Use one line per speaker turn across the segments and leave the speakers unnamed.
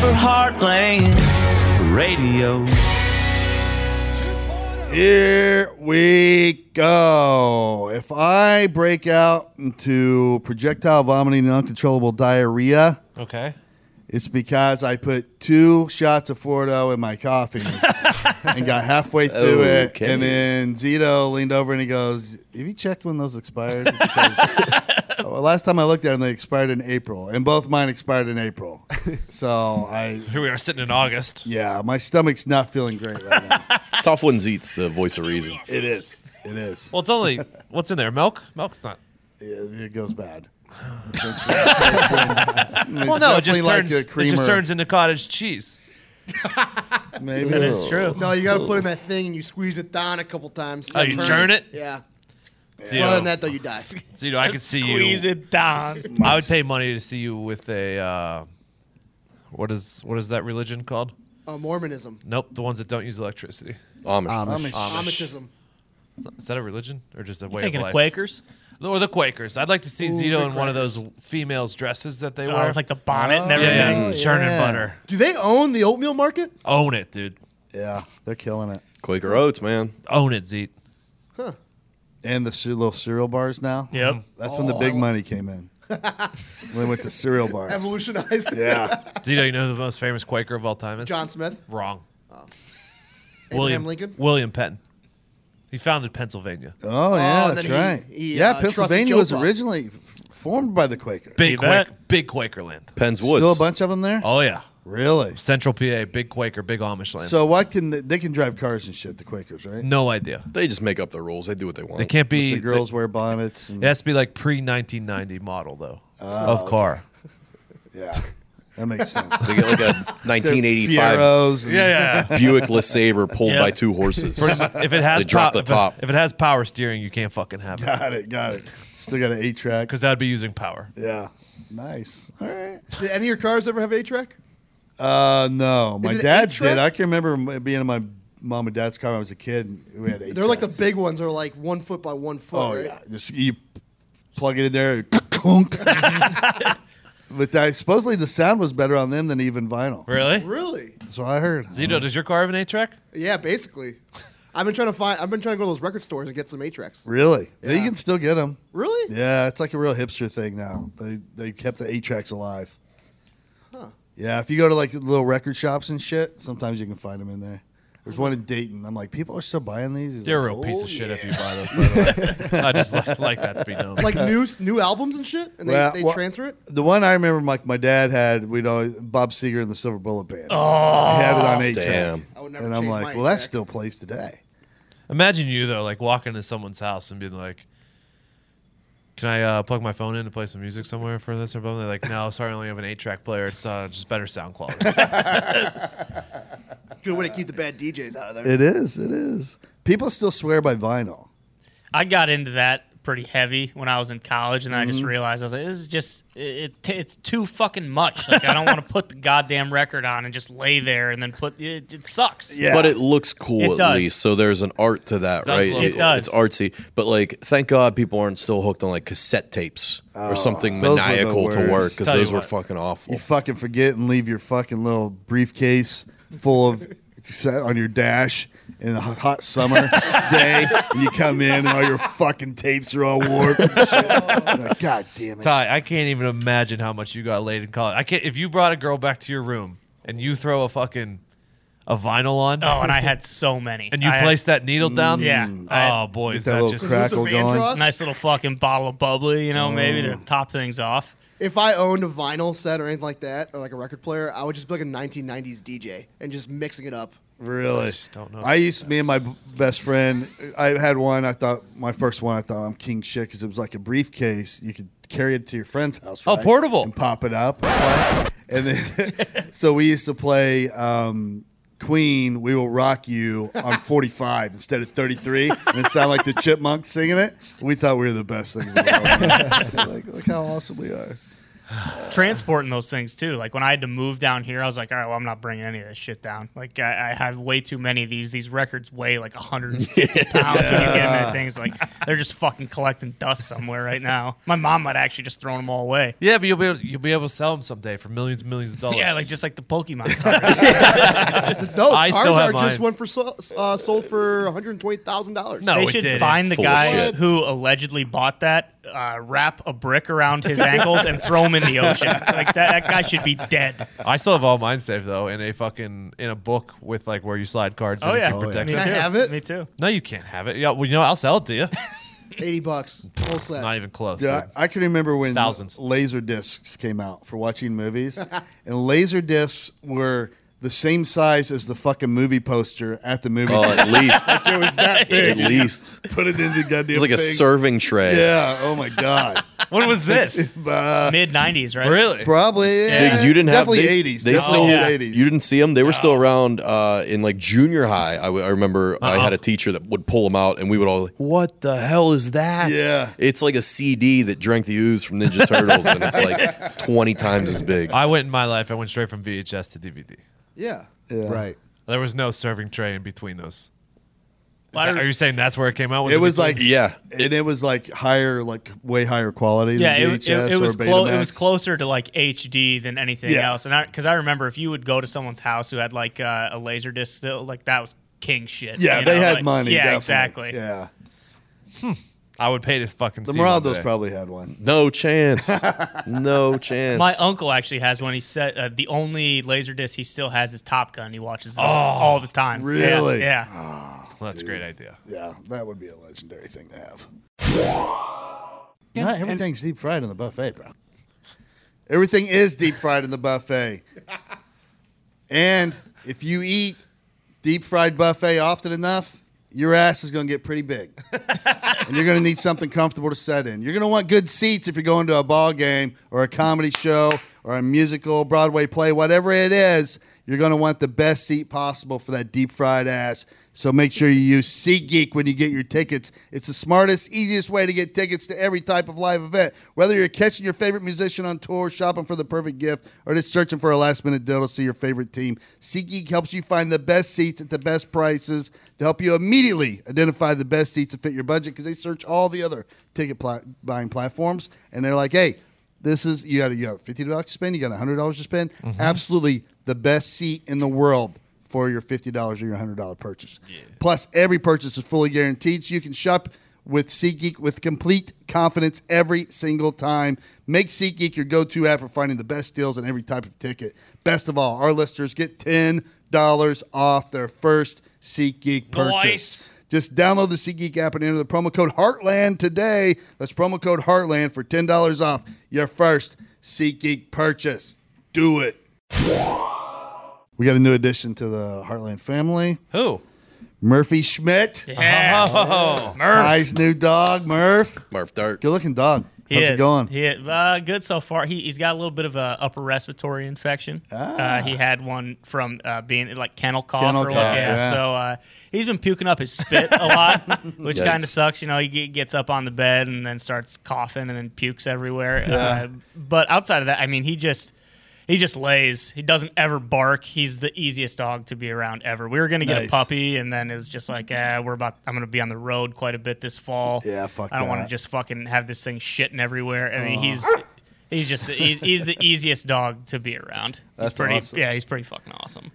for Heartland Radio.
Here we go. If I break out into projectile vomiting and uncontrollable diarrhea,
Okay.
it's because I put two shots of Fordo in my coffee and got halfway through it.
Okay.
And then Zito leaned over and he goes, Have you checked when those expired? Because well, last time I looked at them, they expired in April. And both mine expired in April. So I,
Here we are sitting in August.
yeah, my stomach's not feeling great right now.
Tough ones eats the voice of reason.
It is. It is.
Well, it's only what's in there. Milk. Milk's not.
it, it goes bad.
well, no, it
definitely
just
like
turns.
a
it
creamer.
just turns into cottage cheese.
Maybe
It's true.
No, you got to put in that thing and you squeeze it down a couple times.
Oh, you churn it?
Yeah.
Zito,
Other than that, though, you die.
Zito, I could see you.
Squeeze it down.
I would pay money to see you with a. Uh, what is what is that religion called?
Uh, Mormonism,
Nope, the ones that don't use electricity.
Amish.
Um,
Amishism.
Is that a religion or just a way
Thinking
of
of
life?
Quakers?
Or the Quakers. I'd like to see Zito
the
in one of those females' dresses that they
Oh,
wear.
with like the bonnet and
yeah,
everything.
yeah, churning
Oh, yeah.
butter.
Do they own the oatmeal market?
Own it, dude.
Yeah, they're killing it.
Quaker Oats, man.
Own it, Zeke.
And the ce- little cereal bars now.
Yep.
That's when the
Oh.
big money came in. when they went to cereal bars.
Evolutionized.
Yeah.
Zito, you know who the most famous Quaker of all time is?
John Smith,
Wrong.
Abraham Lincoln.
William Penn. He founded Pennsylvania.
Oh, yeah,
and
that's
then he-
right.
he,
yeah,
uh, trusted
Pennsylvania
Joe
was
Buck.
originally f- formed by the Quakers.
Big
You bet.
Quaker, big Quaker land.
Penn's Woods.
Still a bunch of them there?
Oh yeah,
Really?
Central PA, big Quaker, big Amish land.
So what can they, they can drive cars and shit, the Quakers, right?
no idea.
They just make up the rules. They do what they want.
They can't be.
The girls wear bonnets and
it has to be like pre 1990 model though of car.
yeah. That makes sense.
They get like a 1985
Fieros and-
Yeah,
Buick LeSabre pulled
Yeah.
by two horses.
if it has
They drop the
if it-
top.
If, it has power steering, you can't fucking have it
Got it, got it. Still got an eight track.
because that'd be using power.
Yeah. Nice. All right.
Did any of your cars ever have a track?
Uh, no, my
it an
dad's
eight-track?
did. I can remember m- being in my mom and dad's car when I was a kid. And we had eight.
They're like the
tracks.
big ones. They're like one foot by one foot.
Oh
right?
yeah, just you plug it in there. clunk. but I, supposedly the sound was better on them than even vinyl.
Really?
Really?
That's what I heard.
Zito, does your car have an eight track?
Yeah, basically. I've been trying to find. I've been trying to go to those record stores and get some A-tracks.
Really? You
Yeah.
can still get them.
Really?
Yeah, it's like a real hipster thing now. They they kept the eight tracks alive. Yeah, if you go to like little record shops and shit, sometimes you can find them in there. There's one in Dayton. I'm like, people are still buying these. He's
You're a
like,
real piece
"Oh,
of shit if you buy those. By the way, I just like, like that to be known.
Like new new albums and shit, and they,
Well,
they
well-
transfer it.
The one I remember, like my dad had, we'd always Bob Seger and the Silver Bullet Band. Oh, he had it on eight
damn.
track,
I would never
and I'm
change
like,
my
well, that
8-track.
still plays today.
Imagine you though, like walking to someone's house and being like, "Can I uh, plug my phone in to play some music somewhere for this or something?" They're like, "No, sorry, I only have an eight-track player. It's uh, just better sound quality."
Good way to keep the bad DJs out of there.
It is, it is. People still swear by vinyl.
I got into that pretty heavy when I was in college, and then I just realized I was like, "This is just it, it, it's too fucking much." Like I don't want to put the goddamn record on and just lay there and then put it. It sucks.
Yeah.
But it looks cool
It
at
does.
least. So there's an art to that,
does
right?
look
It cool. does.
It's artsy. But like, thank God people aren't still hooked on like cassette tapes or something
Oh, those were the
maniacal to work
worst.
because
Tell you
those were
what.
fucking awful.
You fucking forget and leave your fucking little briefcase full of on your dash in a hot summer day, and you come in and all your fucking tapes are all warped. And shit. Like, God damn it!
Ty, I can't even imagine how much you got laid in college. I can't. If you brought a girl back to your room and you throw a fucking a vinyl on
Oh, and I had so many.
and you
I had
place that needle down,
Yeah.
Oh
Mm.
boy,
Get
is
that
that
little
just
crack.
Is this the
Crackle going.
Vandross?
a nice little fucking bottle of bubbly, you know, maybe to top things off.
If I owned a vinyl set or anything like that, or like a record player, I would just be like a 1990s DJ and just mixing it up.
Really? I
don't know.
used to, me and my b- best friend, I had one. I thought, my first one, I thought I'm king shit because it was like a briefcase. You could carry it to your friend's house.
Oh,
right?
portable.
And pop it up. And, play. And then, so we used to play um, Queen, We Will Rock You on 45 instead of 33. And it sounded like the Chipmunks singing it. We thought we were the best thing in the world. like, look how awesome we are.
transporting those things too. Like when I had to move down here, I was like, all right, well, I'm not bringing any of this shit down. Like I, I have way too many of these. These records weigh like 150 pounds when you get them. Things like they're just fucking collecting dust somewhere right now. My mom might actually just throw them all away.
Yeah, but you'll be able, you'll be able to sell them someday for millions and millions of dollars.
Yeah, like just like the Pokemon. cards.
No,
I
ours
still have
are just
mine.
one for so, uh, sold for one hundred twenty thousand dollars.
No.
they
it
should
didn't.
find the
Full of
guy
shit.
who allegedly bought that, uh, wrap a brick around his ankles, and throw him in the ocean. Like that, that guy should be dead.
I still have all mine saved though in a fucking in a book with like where you slide cards.
Oh
and
yeah,
you can protect
me
it.
too.
Can I have it?
Me too.
No, you can't have it. Yeah, well, you know, I'll sell it to you.
eighty bucks whole set.
Not even close.
Dude, I,
dude.
I can remember when
Thousands.
laser discs came out for watching movies, and laser discs were the same size as the fucking movie poster at the movie.
Oh,
theater.
at least.
it was that
at
big.
least.
Put it in the goddamn.
It's like a
thing.
serving tray.
Yeah. Oh my god.
What was this?
Uh,
Mid '90s, right?
really?
probably. Yeah.
Diggs, you didn't have
definitely
they-
eighties.
They
Definitely
still,
yeah.
eighties.
You didn't see them. They were still around uh, in like junior high. I, w- I remember I had a teacher that would pull them out, and we would all like, "What the hell is that?"
Yeah.
it's like a CD that drank the ooze from Ninja Turtles, and it's like twenty times as big.
I went in my life. I went straight from VHS to DVD.
Yeah.
Yeah.
Right.
There was no serving tray in between those. Is
Well, I
that- are you saying that's where it came out?
It
in
was
between?
like
Yeah.
and it was like higher, like way higher quality.
Yeah,
than
it,
VHS
it, it
or
was close. It
Betamax.
was closer to like HD than anything
Yeah.
else. And because I, remember, if you would go to someone's house who had like uh, a laser disc, still like that was king shit.
Yeah,
you
they
know,
had
like-
money.
Yeah,
definitely.
exactly.
Yeah,
I would pay this fucking.
the
see one
Moraldos
day.
probably had one.
No chance. No chance.
My uncle actually has one. He said uh, the only laser disc he still has is Top Gun. He watches it all the time. Yeah,
Oh, really? Uh-huh.
Yeah.
Well, that's a great idea.
Yeah, that would be a legendary thing to have. Not everything's deep fried in the buffet, bro. Everything is deep fried in the buffet. and if you eat deep fried buffet often enough, your ass is going to get pretty big. and you're going to need something comfortable to set in. You're going to want good seats if you're going to a ball game or a comedy show or a musical, Broadway play, whatever it is. You're going to want the best seat possible for that deep fried ass. So make sure you use SeatGeek when you get your tickets. It's the smartest, easiest way to get tickets to every type of live event. Whether you're catching your favorite musician on tour, shopping for the perfect gift, or just searching for a last minute deal to see your favorite team, SeatGeek helps you find the best seats at the best prices to help you immediately identify the best seats to fit your budget because they search all the other ticket pla- buying platforms and they're like, hey, this is you got you got fifty dollars to spend, you got hundred dollars to spend. Absolutely the best seat in the world for your fifty dollars or your hundred dollar purchase. Plus, every purchase is fully guaranteed, so you can shop with SeatGeek with complete confidence every single time. Make SeatGeek your go-to app for finding the best deals on every type of ticket. Best of all, our listeners get ten dollars off their first SeatGeek purchase.
Nice.
Just download the SeatGeek app and enter the promo code Heartland today. That's promo code Heartland for ten dollars off your first SeatGeek purchase. Do it. We got a new addition to the Heartland family,
Who?
Murphy Schmidt.
Yeah.
Oh,
Murph.
Nice new dog, Murph.
Murph Dart.
Good looking dog.
He
How's
is.
it going?
He, uh, good so far. He, he's got a little bit of a upper respiratory infection. Uh, he had one from uh, being like kennel cough
Ah. Kennel
or what.
cough,
Yeah.
yeah.
So uh, he's been puking up his spit a lot, which
Yikes.
kind of sucks. You know, he ge- gets up on the bed and then starts coughing and then pukes everywhere. Uh, but outside of that, I mean, he just. He just lays. He doesn't ever bark. He's the easiest dog to be around ever. We were gonna get
Nice.
a puppy, and then it was just like, eh, we're about. I'm gonna be on the road quite a bit this fall.
Yeah, fuck
I don't want
that.
to just fucking have this thing shitting everywhere. I mean,
Uh-huh.
he's he's just the, he's, he's the easiest dog to be around.
That's
he's pretty,
awesome.
Yeah, he's pretty fucking awesome.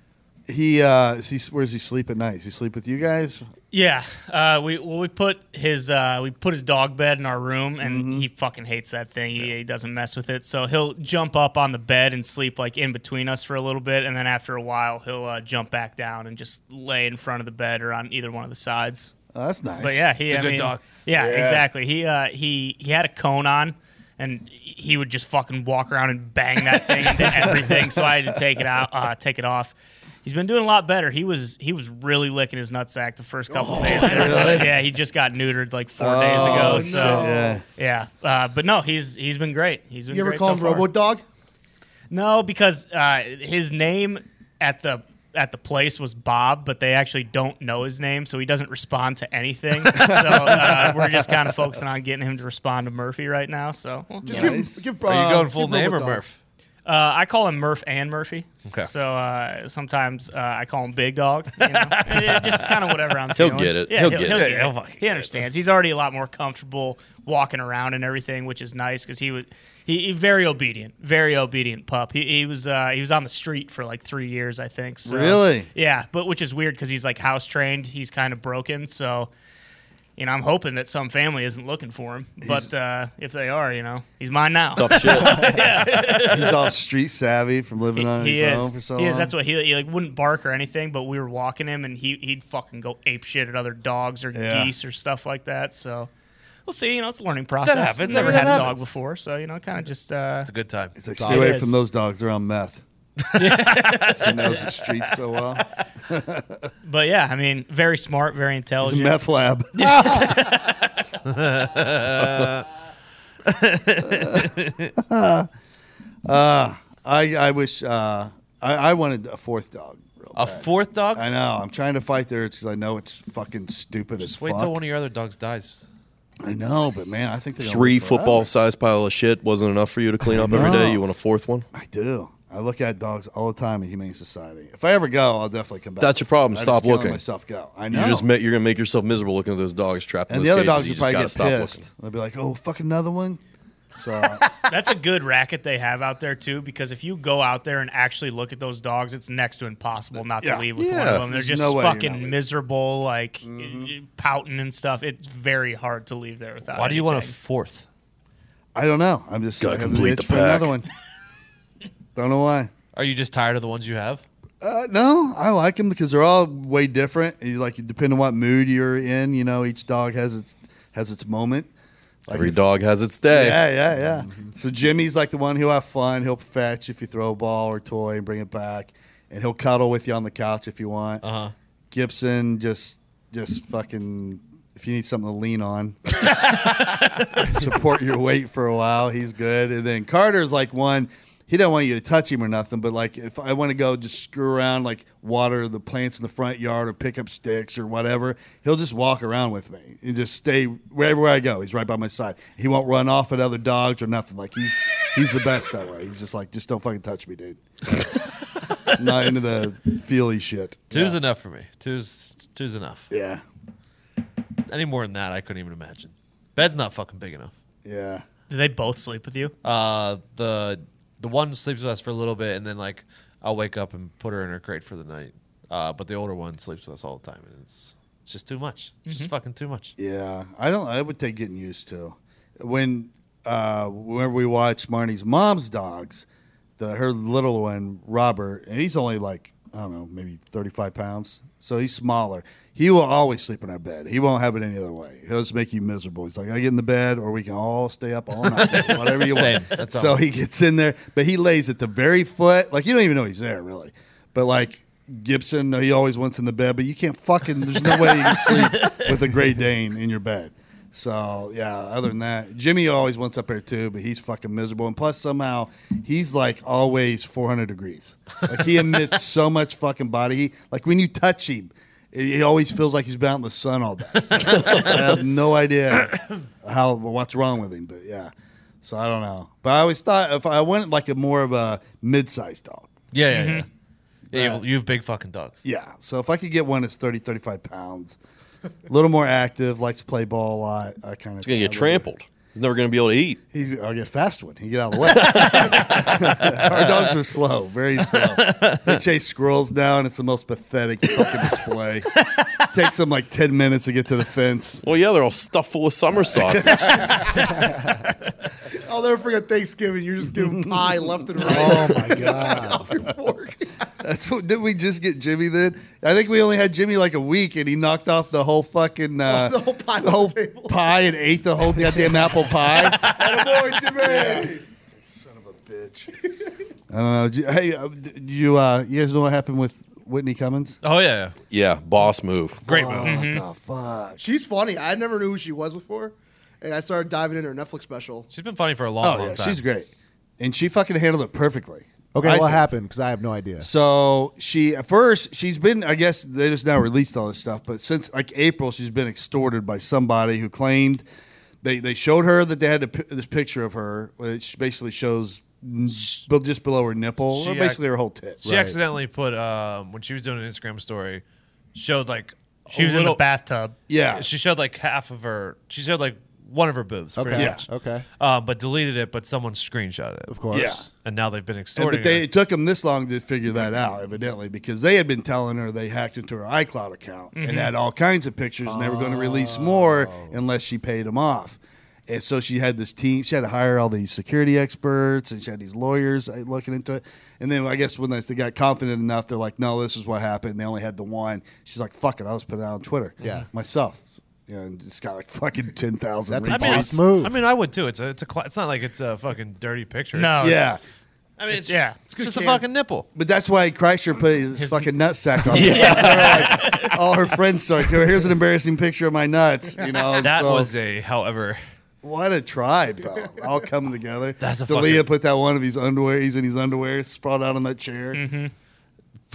He uh, is he where does he sleep at night? Does he sleep with you guys?
Yeah, uh, we well, we put his uh, we put his dog bed in our room, and
Mm-hmm.
he fucking hates that thing. He, he doesn't mess with it, so he'll jump up on the bed and sleep like in between us for a little bit, and then after a while, he'll uh, jump back down and just lay in front of the bed or on either one of the sides.
Oh, that's nice.
But yeah, he
It's a
I
good
mean,
dog.
Yeah,
Yeah.
exactly. He uh, he he had a cone on, and he would just fucking walk around and bang that thing into everything. So I had to take it out, uh, take it off. He's been doing a lot better. He was he was really licking his nutsack the first couple
Oh,
days. Yeah, he just got neutered like four days ago. So
Yeah.
yeah, uh, but no, he's he's been great. He's been
You ever
great
call
so
him
far.
Robo Dog?
No, because uh, his name at the at the place was Bob, but they actually don't know his name, so he doesn't respond to anything. so uh, we're just kind of focusing on getting him to respond to Murphy right now. So well,
Just
you know.
Nice.
give, give,
Are
uh,
you going full
give Robo
name or
Dog.
Murph?
uh, I call him Murph and Murphy.
Okay.
So uh, sometimes uh, I call him Big Dog. You know? It- it just kind of whatever I'm
He'll
feeling.
get it.
Yeah,
He'll get it.
Yeah, he'll fucking
he understands. He's already a lot more comfortable walking around and everything, which is nice because he was he, he very obedient, very obedient pup. He, he was uh, he was on the street for like three years, I think. So,
Really?
Yeah, but which is weird because he's like house trained. He's kind of broken, so. You know, I'm hoping that some family isn't looking for him, but uh, if they are, you know, he's mine now.
Tough shit.
He's all street savvy from living on his own for so long.
he is. That's what he, he like wouldn't bark or anything, but we were walking him and he he'd fucking go ape shit at other dogs or
Yeah.
geese or stuff like that. So we'll see. You know, it's a learning process.
happens.
Never
That
had a dog
happens.
before, so you know, kind of just uh,
It's a good time.
He's like, stay away
Yes.
from those dogs. They're on meth. he knows the streets so well.
But yeah, I mean, very smart, very
It's a
intelligent.
meth lab. Uh, I I wish uh, I, I wanted a fourth dog. real
A
bad.
fourth dog?
I know. I'm trying to fight there because I know it's fucking stupid as
Just wait
fuck.
till one of your other dogs dies.
I know, but man, I think they're gonna
Three
live forever.
football sized pile of shit wasn't enough for you to clean up every
No.
day. You want a fourth one?
I do. I look at dogs all the time in Humane Society. If I ever go, I'll definitely come back.
That's your problem.
I'm
Stop
just killing
looking.
Myself go. I know.
You just make, you're gonna make yourself miserable looking at those dogs trapped. in
and the
those
other dogs
cages.
would
you
probably get
just gotta stop
pissed. They'll be like, "Oh, fuck another one." So
That's a good racket they have out there too, because if you go out there and actually look at those dogs, it's next to impossible not
Yeah.
to leave with one
Yeah.
of them. They're
There's
just
no way you're not
fucking
leaving. Mm-hmm.
miserable, like pouting and stuff. It's very hard to leave there without.
Why do you want a
anything.
fourth?
I don't know. I'm just
Gotta
I have
complete
itch
the
for
pack.
another one. don't know why.
Are you just tired of the ones you have?
Uh, no, I like them because they're all way different. You like depending on what mood you're in, you know, each dog has its has its moment.
looking. Every dog has its day.
Yeah, yeah, yeah. So Jimmy's like the one who'll have fun. He'll fetch if you throw a ball or toy and bring it back, and he'll cuddle with you on the couch if you want.
Uh-huh.
Gibson just just fucking if you need something to lean on, support your weight for a while. He's good. And then Carter's like one. He don't want you to touch him or nothing, but like if I want to go just screw around, like water the plants in the front yard or pick up sticks or whatever, he'll just walk around with me and just stay wherever I go. He's right by my side. He won't run off at other dogs or nothing. Like he's he's the best that way. He's just like, just don't fucking touch me, dude. Not into the feely shit.
Two's enough for me. Two's two's enough.
Yeah.
Any more than that, I couldn't even imagine. Bed's not fucking big enough.
Yeah.
Do they both sleep with you?
Uh, the the one sleeps with us for a little bit, and then like I'll wake up and put her in her crate for the night. Uh, but the older one sleeps with us all the time, and it's it's just too much. It's
Mm-hmm.
just fucking too much.
Yeah, I don't. I would take getting used to. When uh, whenever we watch Marnie's mom's dogs, the her little one Robert, and he's only like I don't know, maybe thirty five pounds, so he's smaller. He will always sleep in our bed. He won't have it any other way. He'll just make you miserable. He's like, I get in the bed, or we can all stay up all night, whatever you
Same.
want.
That's
so
all.
he gets in there, but he lays at the very foot. Like you don't even know he's there, really. But like Gibson, he always wants in the bed, but you can't fucking. There's no way you can sleep with a Great Dane in your bed. So yeah. Other than that, Jimmy always wants up there too, but he's fucking miserable. And plus, somehow he's like always 400 degrees. Like he emits so much fucking body heat. Like when you touch him. He always feels like he's been out in the sun all day. I have no idea how what's wrong with him, but yeah. So I don't know. But I always thought if I wanted like a more of a mid-sized dog.
Yeah, yeah,
Mm-hmm.
yeah. yeah you, have, you have big fucking dogs.
Yeah. So if I could get one that's 30, 35 pounds, a little more active, likes to play ball a lot, I kind of
He's gonna get trampled. He's never gonna be able to eat.
He, I'll get a fast one. He get out of the way. Our dogs are slow, very slow. They chase squirrels now, and it's the most pathetic fucking display. Takes them like ten minutes to get to the fence.
Well, yeah, they're all stuffed full of summer sausage.
Oh, they're for Thanksgiving. You're just giving pie left and right.
Oh my god!
off your fork.
That's what did we just get Jimmy then? I think we only had Jimmy like a week and he knocked off the whole fucking uh,
The whole pie on
the whole
the table.
pie and ate the whole goddamn apple pie.
Attaboy, Jimmy.
Son of a bitch. I don't know. Did you- Hey, uh, did you uh, you guys know what happened with Whitney Cummings?
Oh yeah, yeah.
yeah, boss move.
great
Oh,
move.
Mm-hmm.
What the fuck?
She's funny. I never knew who she was before, and I started diving into her Netflix special.
She's been funny for a long,
Oh
long
yeah,
time.
she's great, and she fucking handled it perfectly.
Okay,
I
what
think-
happened? Because I have no idea.
So she at first she's been I guess they just now released all this stuff, but since like April she's been extorted by somebody who claimed they they showed her that they had a, pi- this picture of her, which basically shows n- but just below her nipple,
She
or
ac-
basically her whole tit.
She accidentally put um, when she was doing an Instagram story, showed like
She
a
was in
little-
the bathtub.
Yeah,
She showed like half of her. She showed like one of her boobs.
Okay.
pretty
Yeah.
much.
Okay.
Uh, but deleted it, but someone screenshot it,
Of course.
Yeah.
and now they've been
And-
extorting.
but they
her.
it took them this long to figure that out, evidently, because they had been telling her they hacked into her iCloud account
Mm-hmm.
and had all kinds of pictures, and they were going to release more
Oh.
unless she paid them off. And so she had this team. She had to hire all these security experts, and she had these lawyers uh, looking into it. And then I guess when they they got confident enough, they're like, "No, this is what happened." And they only had the one. She's like, "Fuck it, I'll just put it out on Twitter."
Yeah.
myself. You know, and it's got like fucking ten thousand.
That's
I
a
mean,
boss
it's-
move.
I mean, I would too. It's a, it's a, cla- it's not like it's a fucking dirty picture.
No.
It's-
yeah.
I mean, it's,
yeah.
it's just a
Can't-
fucking nipple.
But that's why Kreischer put his, fucking nutsack on. yeah. all her friends start. "Here- Here's an embarrassing picture of my nuts. You know,
That
so-
was a, however,
what a tribe, though. All coming together.
That's a
Dalia
fucking-
put that one of his underwear. He's in his underwear, sprawled out on that chair.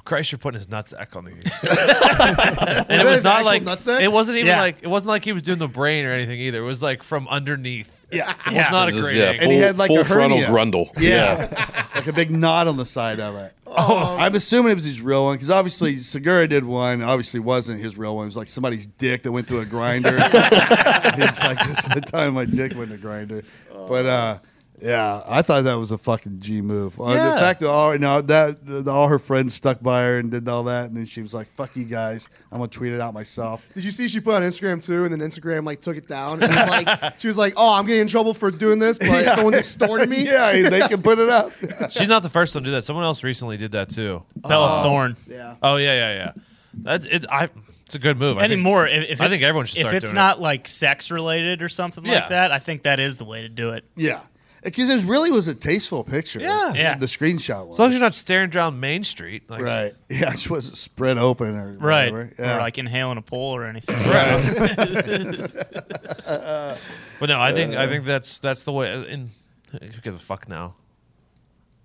Christ, you're putting his nutsack on the. and it
that
was
his
not
actual
like
nutsack?
it wasn't even
Yeah.
like it wasn't like he was doing the brain or anything either. It was like from underneath.
Yeah,
It was not a
This is,
great.
yeah,
angle.
full,
he had, like,
full
a
frontal
hernia.
grundle.
yeah, like a big knot on the side of it. Oh, I'm assuming it was his real one because obviously Segura did one. Obviously, wasn't his real one. It was like somebody's dick that went through a grinder. it's like this is the time my dick went in a grinder. But uh, yeah, I thought that was a fucking G move. Uh,
Yeah.
The fact that all you know, that the, all her friends stuck by her and did all that, and then she was like, "Fuck you guys, I'm gonna tweet it out myself."
Did you see she put on Instagram too, and then Instagram like took it down? And it was like she was like, "Oh, I'm getting in trouble for doing this, but someone's extorting me."
yeah, they can put it up.
She's not the first one to do that. Someone else recently did that too.
Bella Thorne.
yeah.
Oh yeah, yeah, yeah. That's it. I. It's a good move. I think-
Anymore, if, if
I
it's-
think everyone should start
If it's
doing
not like sex related or something
Yeah.
like that, I think that is the way to do it.
Yeah. Because it really was a tasteful picture.
Yeah.
Yeah.
The screenshot was.
As long as you're not staring down Main Street, like,
Right. Yeah, it just wasn't spread open or
Right.
whatever. Yeah.
Or like inhaling a pole or anything.
right.
But no, I
Uh,
think I think that's that's the way. And who gives a fuck now?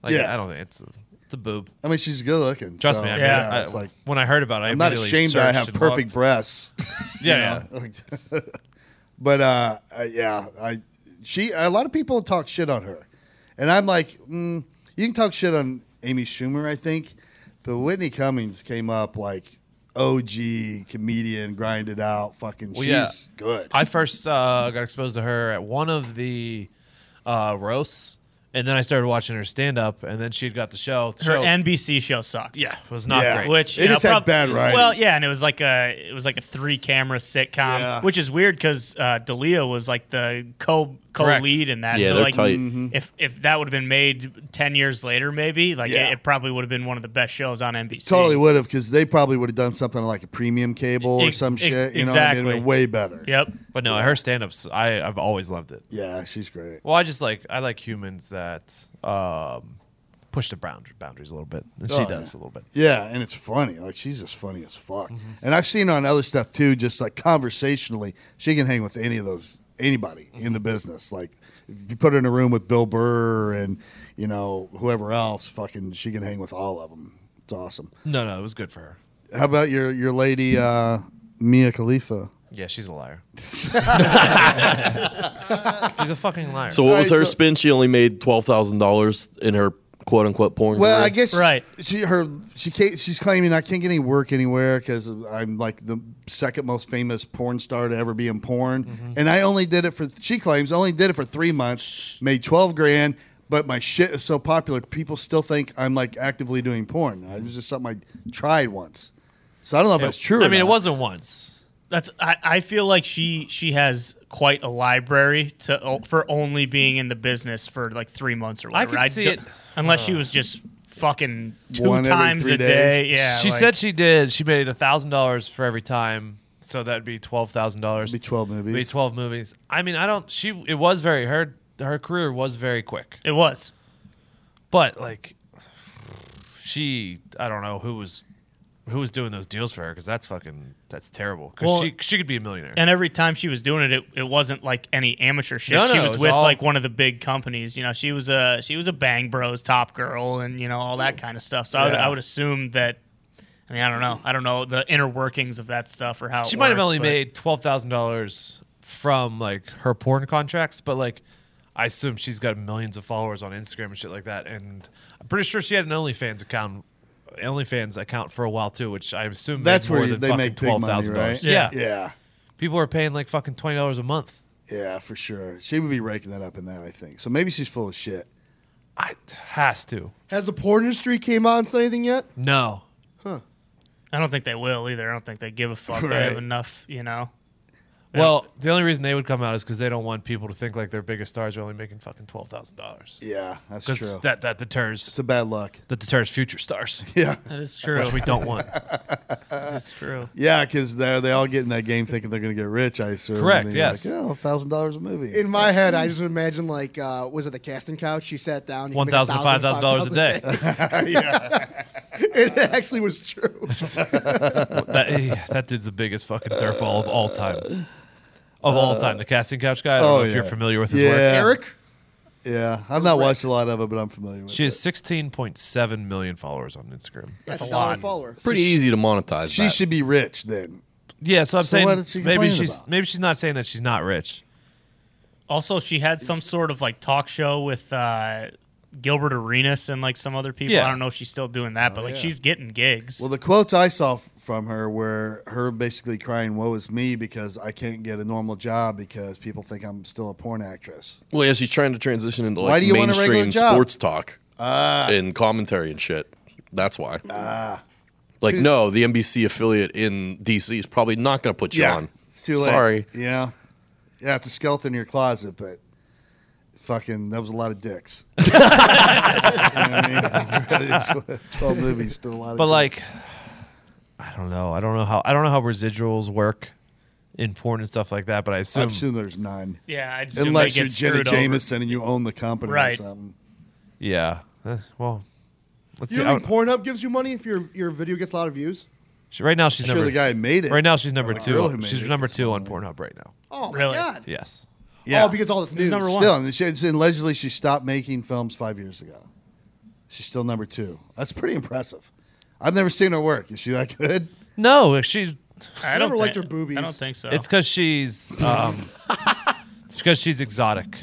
Like,
Yeah.
I don't think it's a, it's a boob.
I mean, she's good looking.
Trust
so,
me. I mean,
Yeah.
I,
it's like
when I heard about it, I
I'm not
immediately
ashamed that I
searched
have
and
perfect
looked.
breasts.
Yeah, yeah.
Like, but uh, I- yeah, I she a lot of people talk shit on her, and I'm like, mm, you can talk shit on Amy Schumer, I think, but Whitney Cummings came up like OG comedian, grinded out, fucking.
Well,
she's
yeah.
good.
I first uh, got exposed to her at one of the uh, roasts, and then I started watching her stand up, and then she'd got the show. The
Her
show-
NBC show sucked.
yeah, it was not
Yeah.
great.
Which
They
you know,
just had
prob-
bad writing.
Well, yeah, and it was like a it was like a three camera sitcom,
Yeah.
which is weird because uh, Dalia was like the co co lead in that.
Yeah,
so
they're
like,
tight.
Mm-hmm.
if if that would have been made ten years later, maybe like
Yeah.
it, it probably would have been one of the best shows on NBC.
Totally would have because they probably would have done something like a premium cable or
Ex-
some
ex-
shit. You know, what I mean? It
exactly.
would've been way better.
Yep.
But no, her stand ups, I I've always loved it.
Yeah, she's great.
Well, I just like I like humans that um, push the bound- boundaries a little bit, and she
Oh,
does
yeah.
a little bit.
Yeah, and it's funny. Like she's just funny as fuck. And I've seen her on other stuff too. Just like conversationally, she can hang with any of those anybody in the business. Like if you put her in a room with Bill Burr and you know whoever else, fucking, she can hang with all of them. It's awesome.
No, no, it was good for her.
How about your your lady uh, Mia Khalifa?
Yeah, she's a liar. she's a fucking liar.
So what was
Alright,
her
so-
spin? She only made twelve thousand dollars in her quote unquote porn.
Well,
career.
I guess
Right.
She her she can't, she's claiming I can't get any work anywhere because I'm like the second most famous porn star to ever be in porn,
Mm-hmm.
and I only did it for she claims I only did it for three months, made twelve grand, but my shit is so popular people still think I'm like actively doing porn. It was just something I tried once, so I don't know if that's true.
I
or
mean, it
not.
wasn't once.
That's I, I feel like she she has quite a library to o- for only being in the business for like three months or
I
whatever.
could see
do-
it.
Unless she was just fucking two
One every
times
three
a day.
days.
Yeah.
she
like-
said she did. She made a thousand dollars for every time, so that'd be twelve thousand dollars.
Be 12 movies.
Be twelve movies. I mean, I don't. She it was very her her career was very quick,
it was.
but like she, I don't know who was who was doing those deals for her because that's fucking that's terrible. Because
Well-
she she could be a millionaire.
And every time she was doing it, it, it wasn't like any amateur shit.
No,
she
no,
was,
it was
with
all-
like one of the big companies. You know, she was a she was a Bang Bros top girl, and you know all that kind of stuff. So I, would,
Yeah.
I would assume that. I mean, I don't know. I don't know the inner workings of that stuff or how it
she might have
works,
only
but-
made twelve thousand dollars from like her porn contracts, but like I assume she's got millions of followers on Instagram and shit like that. And I'm pretty sure she had an OnlyFans account, OnlyFans account for a while too, which I assume made
That's
more
where
than
they
fucking
make big
twelve
money,
thousand
right?
dollars. Yeah.
yeah,
people are paying like fucking twenty dollars a month.
yeah, for sure. She would be raking that up in that, I think. So maybe she's full of shit.
I has to
Has the porn industry came out and said anything yet?
no.
I don't think they will either. I don't think they give a fuck. They
Right.
have enough, you know.
Well, the only reason they would come out is because they don't want people to think like their biggest stars are only making fucking twelve thousand dollars.
Yeah, that's true.
Because that that
it's
deters
a bad luck.
that deters future stars,
Yeah,
That is true.
which we don't want.
That's true.
yeah, because they they all get in that game thinking they're gonna get rich. I assume.
Correct,
And
yes.
Like, oh, thousand dollars a movie.
In my head, I just imagine like uh, was it the casting couch? She sat down. you can
One
make a
thousand to five thousand dollars a day.
it actually was true.
that, yeah, that dude's the biggest fucking dirtball of all time. Of all time, the casting couch guy. I
Uh,
don't
oh,
know if you're
yeah.
familiar with his
Yeah.
work.
Eric,
yeah, I've not watched a lot of it, but I'm familiar with.
She
it.
has 16.7 million followers on Instagram.
that's
a
a dollar
lot.
follower.
Pretty easy to monetize.
She
that.
should be rich then.
Yeah, so I'm
So what is she
saying maybe
complaining
she's
about?
maybe she's not saying that she's not rich.
Also, she had some sort of like talk show with uh, Gilbert Arenas and like some other people.
Yeah.
I don't know if she's still doing that, but like she's getting gigs.
Oh, Well, the quotes I saw f- from her were her basically crying, "Woe is me," because I can't get a normal job because people think I'm still a porn actress.
Well, yeah, she's trying to transition into
Why
like
do you want a regular
mainstream
job? Ah.
sports talk and commentary and shit. That's why. like, no, the NBC affiliate in DC is probably not going to put you on.
it's too late.
Sorry.
Yeah, yeah, it's a skeleton in your closet, but fucking, that was a lot of dicks. You know what I mean? Really, Twelve movies, still a lot. Of
But
dicks.
like, I don't know. I don't know how I don't know how residuals work in porn and stuff like that. But I
I
assume,
assume there's none,
yeah, I just
unless
they
you're
get
Jenna
screwed over.
Jameson and you own the company or
Right.
something.
yeah. Eh, well, let's
You
see. I
don't
don't-
think Pornhub gives you money if your your video gets a lot of views?
she- right now she's
sure,
number
the guy made it.
right now she's number
the girl who
two.
made
She's
it
number two on Pornhub right now.
Oh my
Really?
god!
Yes.
yeah.
Oh, because all this news.
number one.
Still, and she, and allegedly she stopped making films five years ago. She's still number two. That's pretty impressive. I've never seen her work. Is she that good?
No, she's
I don't
Never liked
thi-
her boobies.
I don't think so.
It's because she's. Um, it's because she's exotic.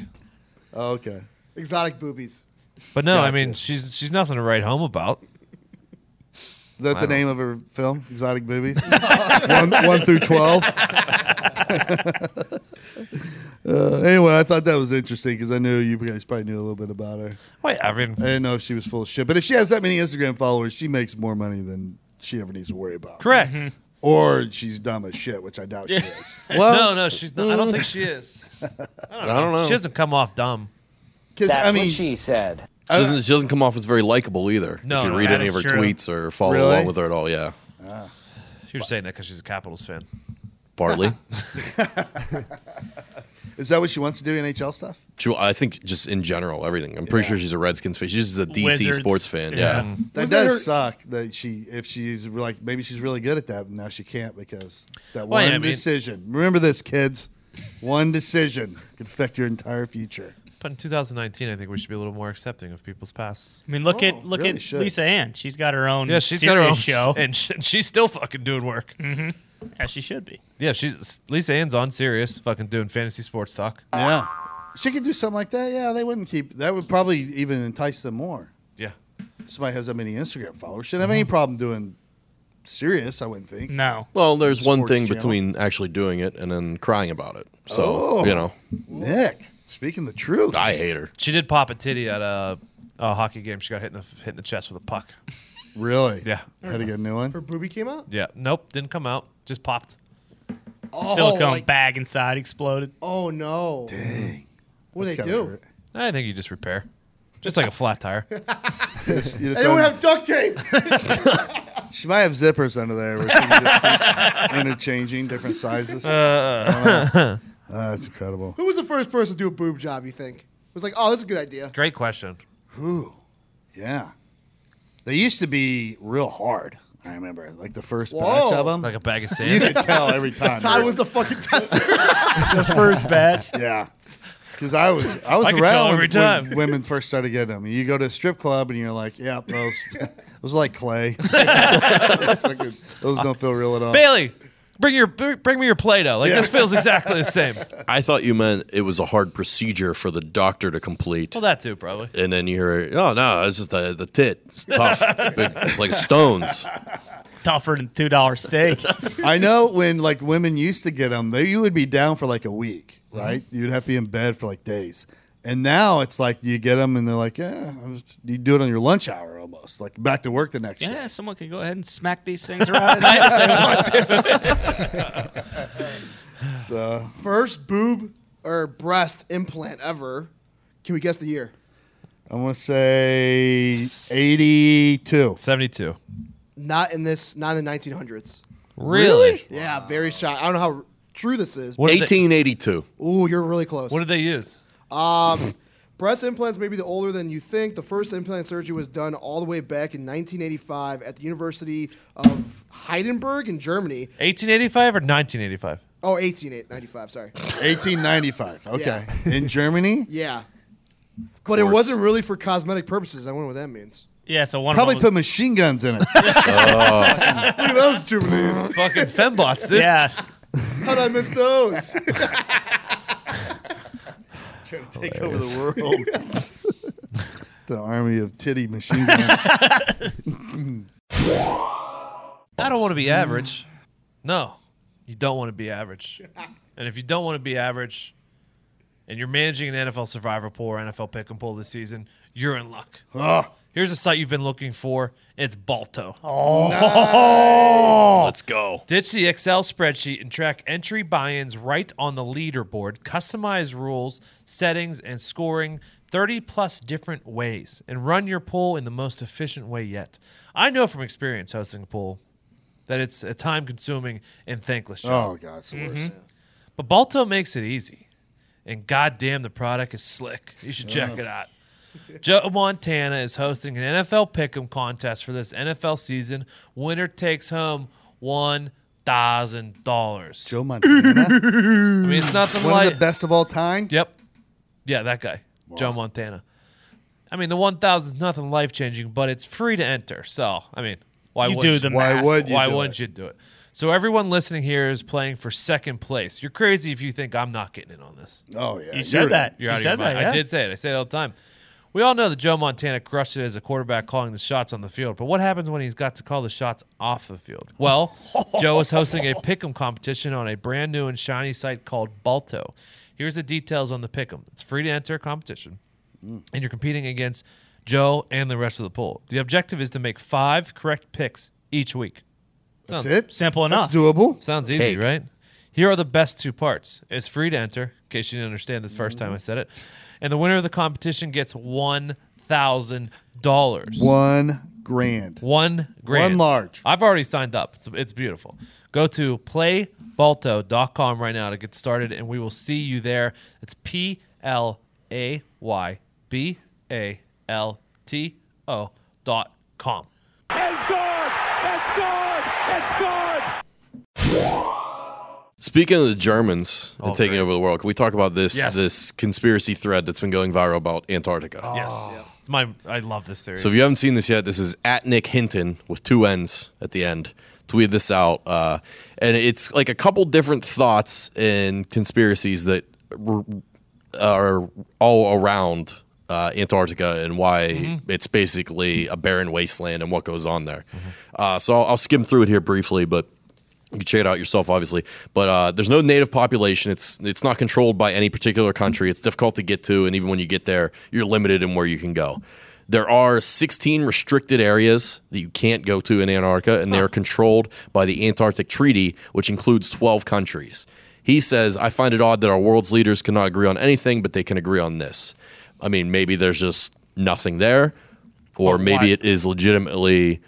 Oh, okay.
Exotic boobies.
But no, I
Gotcha.
mean she's she's nothing to write home about.
Is that the name of her film? Exotic Boobies? one, one through 12? uh, anyway, I thought that was interesting because I knew you guys probably knew a little bit about her.
Wait, I mean,
I didn't know if she was full of shit. But if she has that many Instagram followers, she makes more money than she ever needs to worry about.
correct.
Or she's dumb as shit, which I doubt she is.
no, no, she's. Not, I don't think she is.
I don't know.
She
She doesn't,
doesn't come off dumb.
Because,
That's
I mean,
what she said.
she doesn't, come off as very likable either.
No,
if you
no,
read
that
any of
is
her
true.
tweets or follow
Really?
along with her at all, yeah.
You're saying that because she's a Capitals fan.
Partly.
Is that what she wants to do? NHL stuff?
she, I think just in general, everything. I'm pretty sure she's a Redskins fan. She's just a DC
Wizards.
sports fan,
Yeah.
yeah.
That
Was that
does
her-
suck. That she, if she's like, maybe she's really good at that, but now she can't because that
Well,
one
yeah, I mean-
decision. Remember this, kids. One decision could affect your entire future.
But in 2019, I think we should be a little more accepting of people's pasts.
I mean, look
Oh,
at look
really
at
should.
Lisa Ann. She's got her own.
Yeah, she's
serious
got her own
show,
and, she, and she's still fucking doing work.
as she should be.
Yeah, she's Lisa Ann's on serious, fucking doing fantasy sports talk.
Yeah, she could do something like that. Yeah, they wouldn't keep. That would probably even entice them more.
Yeah,
Somebody has that many Instagram followers shouldn't have
Uh-huh.
any problem doing serious. I wouldn't think.
No,
Well, there's one
Sports
thing
channel.
between actually doing it and then crying about it. So,
Oh.
you know,
Nick, speaking the truth.
I hate her.
she did pop a titty at a, a hockey game. She got hit in the hit in the chest with a puck.
really?
Yeah.
Had to get a new
Her
one.
boobie came out.
Yeah, nope, didn't come out. Just popped.
Oh,
silicone
like-
bag inside exploded.
Oh no! Dang. What do
That's
they
gotta
do?
hurt.
I think you just repair, just like a flat tire.
You just- you just
They don't
un-
have duct tape.
She might have zippers under there where she can just keep interchanging different
Uh,
sizes. I don't know. Ah, that's incredible.
Who was the first person to do a boob job? You think? It was like, oh, this is a good idea.
Great question.
Ooh, yeah. They used to be real hard. I remember like the first
Whoa.
batch of them.
Like a bag of
you
sand.
could tell every time.
Todd was the fucking tester.
the first batch.
yeah. Because I was I was
I could tell
around
every
when,
time.
when women first started getting them. You go to a strip club and you're like, yeah, those those are like clay. Fucking- those don't feel real at all.
Bailey, bring your bring me your Play-Doh. Like
Yeah.
this feels exactly the same.
I thought you meant it was a hard procedure for the doctor to complete.
Well, that too probably.
and then you hear, oh no, it's just the the tit. It's tough. It's big. It's like stones.
Tougher than two dollar steak.
I know when like women used to get them, they you would be down for like a week,
Mm-hmm.
right? You'd have to be in bed for like days. And now it's like you get them and they're like, yeah, I'm just- you do it on your lunch hour almost, like back to work the next day.
yeah, someone could go ahead and smack these things around. if they want to.
So
First boob or breast implant ever. Can we guess the year?
I'm gonna say 82.
Seventy-two.
Not in this. Not in the 1900s.
Really?
Yeah, very shy. I don't know how true this is.
What did they-
1882.
Ooh, you're really close. Um,
what did they use?
Breast implants may be the older than you think. The first implant surgery was done all the way back in 1985 at the University of Heidelberg in Germany.
1885 or 1985?
Oh, 1895, sorry.
1895. Okay, in Germany,
Yeah. But it
course.
wasn't really for cosmetic purposes. I wonder what that means.
Yeah, so one
probably
of them
put machine guns in it.
Look at those Germans.
Fucking fembots, dude.
yeah,
How'd I miss those?
Trying to take over the world. the army of titty machine guns.
I don't want to be average. No, you don't want to be average. And if you don't want to be average, and you're managing an NFL survivor pool or NFL pick and pull this season, you're in luck.
oh,
Here's a site you've been looking for. It's Balto.
Let's go.
Ditch the Excel spreadsheet and track entry buy-ins right on the leaderboard. Customize rules, settings, and scoring 30 plus different ways and run your pool in the most efficient way yet. I know from experience hosting a pool that it's a time-consuming and thankless job.
oh god, it's the worst.
But Balto makes it easy. And goddamn, the product is slick. You should check it out. Joe Montana is hosting an NFL pick'em contest for this NFL season. Winner takes home one thousand dollars.
Joe Montana,
I mean, it's nothing
one
like
of the best of all time.
Yep. Yeah, that guy, Joe Montana. I mean, the one thousand is nothing life changing, but it's free to enter. So, I mean, why
you
would
do the
Why
math.
would you?
why
do
wouldn't
it?
you do it? So everyone listening here is playing for second place. You're crazy if you think I'm not getting in on this.
Oh yeah,
You said that.
You're
you
out
said
of your mind.
that. Yeah.
I did say it. I say it all the time. We all know that Joe Montana crushed it as a quarterback calling the shots on the field, but what happens when he's got to call the shots off the field? Well, Joe is hosting a pick'em competition on a brand new and shiny site called Balto. Here's the details on the pick'em. It's free to enter a competition and you're competing against Joe and the rest of the pool. The objective is to make five correct picks each week.
That's
Sounds,
it.
Simple enough.
That's doable.
Sounds easy, right? Here are the best two parts. It's free to enter, in case you didn't understand the 1st time
Mm-hmm.
I said it. And the winner of the competition gets one thousand dollars.
One grand.
One grand.
One large.
I've already signed up. It's, it's beautiful. Go to playbalto.com right now to get started, and we will see you there. It's P L A Y B A L T O dot com.
Speaking of the Germans and taking over the world, can we talk about this
Yes.
this conspiracy thread that's been going viral about Antarctica?
Yes. It's my, I love this series.
So if you haven't seen this yet, this is at Nick Hinton with two N's at the end. Tweeted this out, uh, and it's like a couple different thoughts and conspiracies that r- are all around uh, Antarctica and why it's basically a barren wasteland and what goes on there. Uh, so I'll, I'll skim through it here briefly, but you can check it out yourself, obviously. But uh, there's no native population. It's it's not controlled by any particular country. It's difficult to get to, and even when you get there, you're limited in where you can go. There are 16 restricted areas that you can't go to in Antarctica, and they are controlled by the Antarctic Treaty, which includes 12 countries. He says, I find it odd that our world's leaders cannot agree on anything, but they can agree on this. I mean, maybe there's just nothing there, or maybe it is legitimately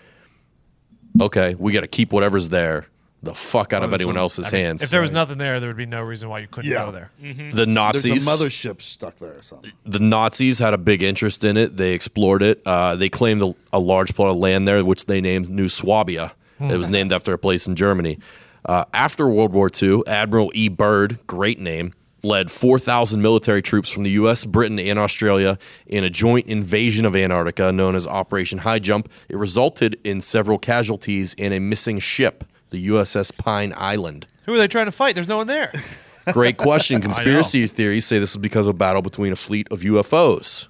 okay, we got to keep whatever's there the fuck out of anyone else's hands.
if there was nothing there, there would be no reason why you couldn't
Yeah.
go there.
the
There's
Nazis,
a mothership stuck there or something.
the Nazis had a big interest in it. They explored it. Uh, they claimed a, a large plot of land there, which they named New Swabia, It was named after a place in Germany. Uh, after World War II, Admiral E. Byrd, great name, led 4,000 military troops from the U.S., Britain, and Australia in a joint invasion of Antarctica known as Operation High Jump. It resulted in several casualties and a missing ship, the USS Pine Island.
Who are they trying to fight? There's no one there.
Great question. Conspiracy theories say this was because of a battle between a fleet of UFOs.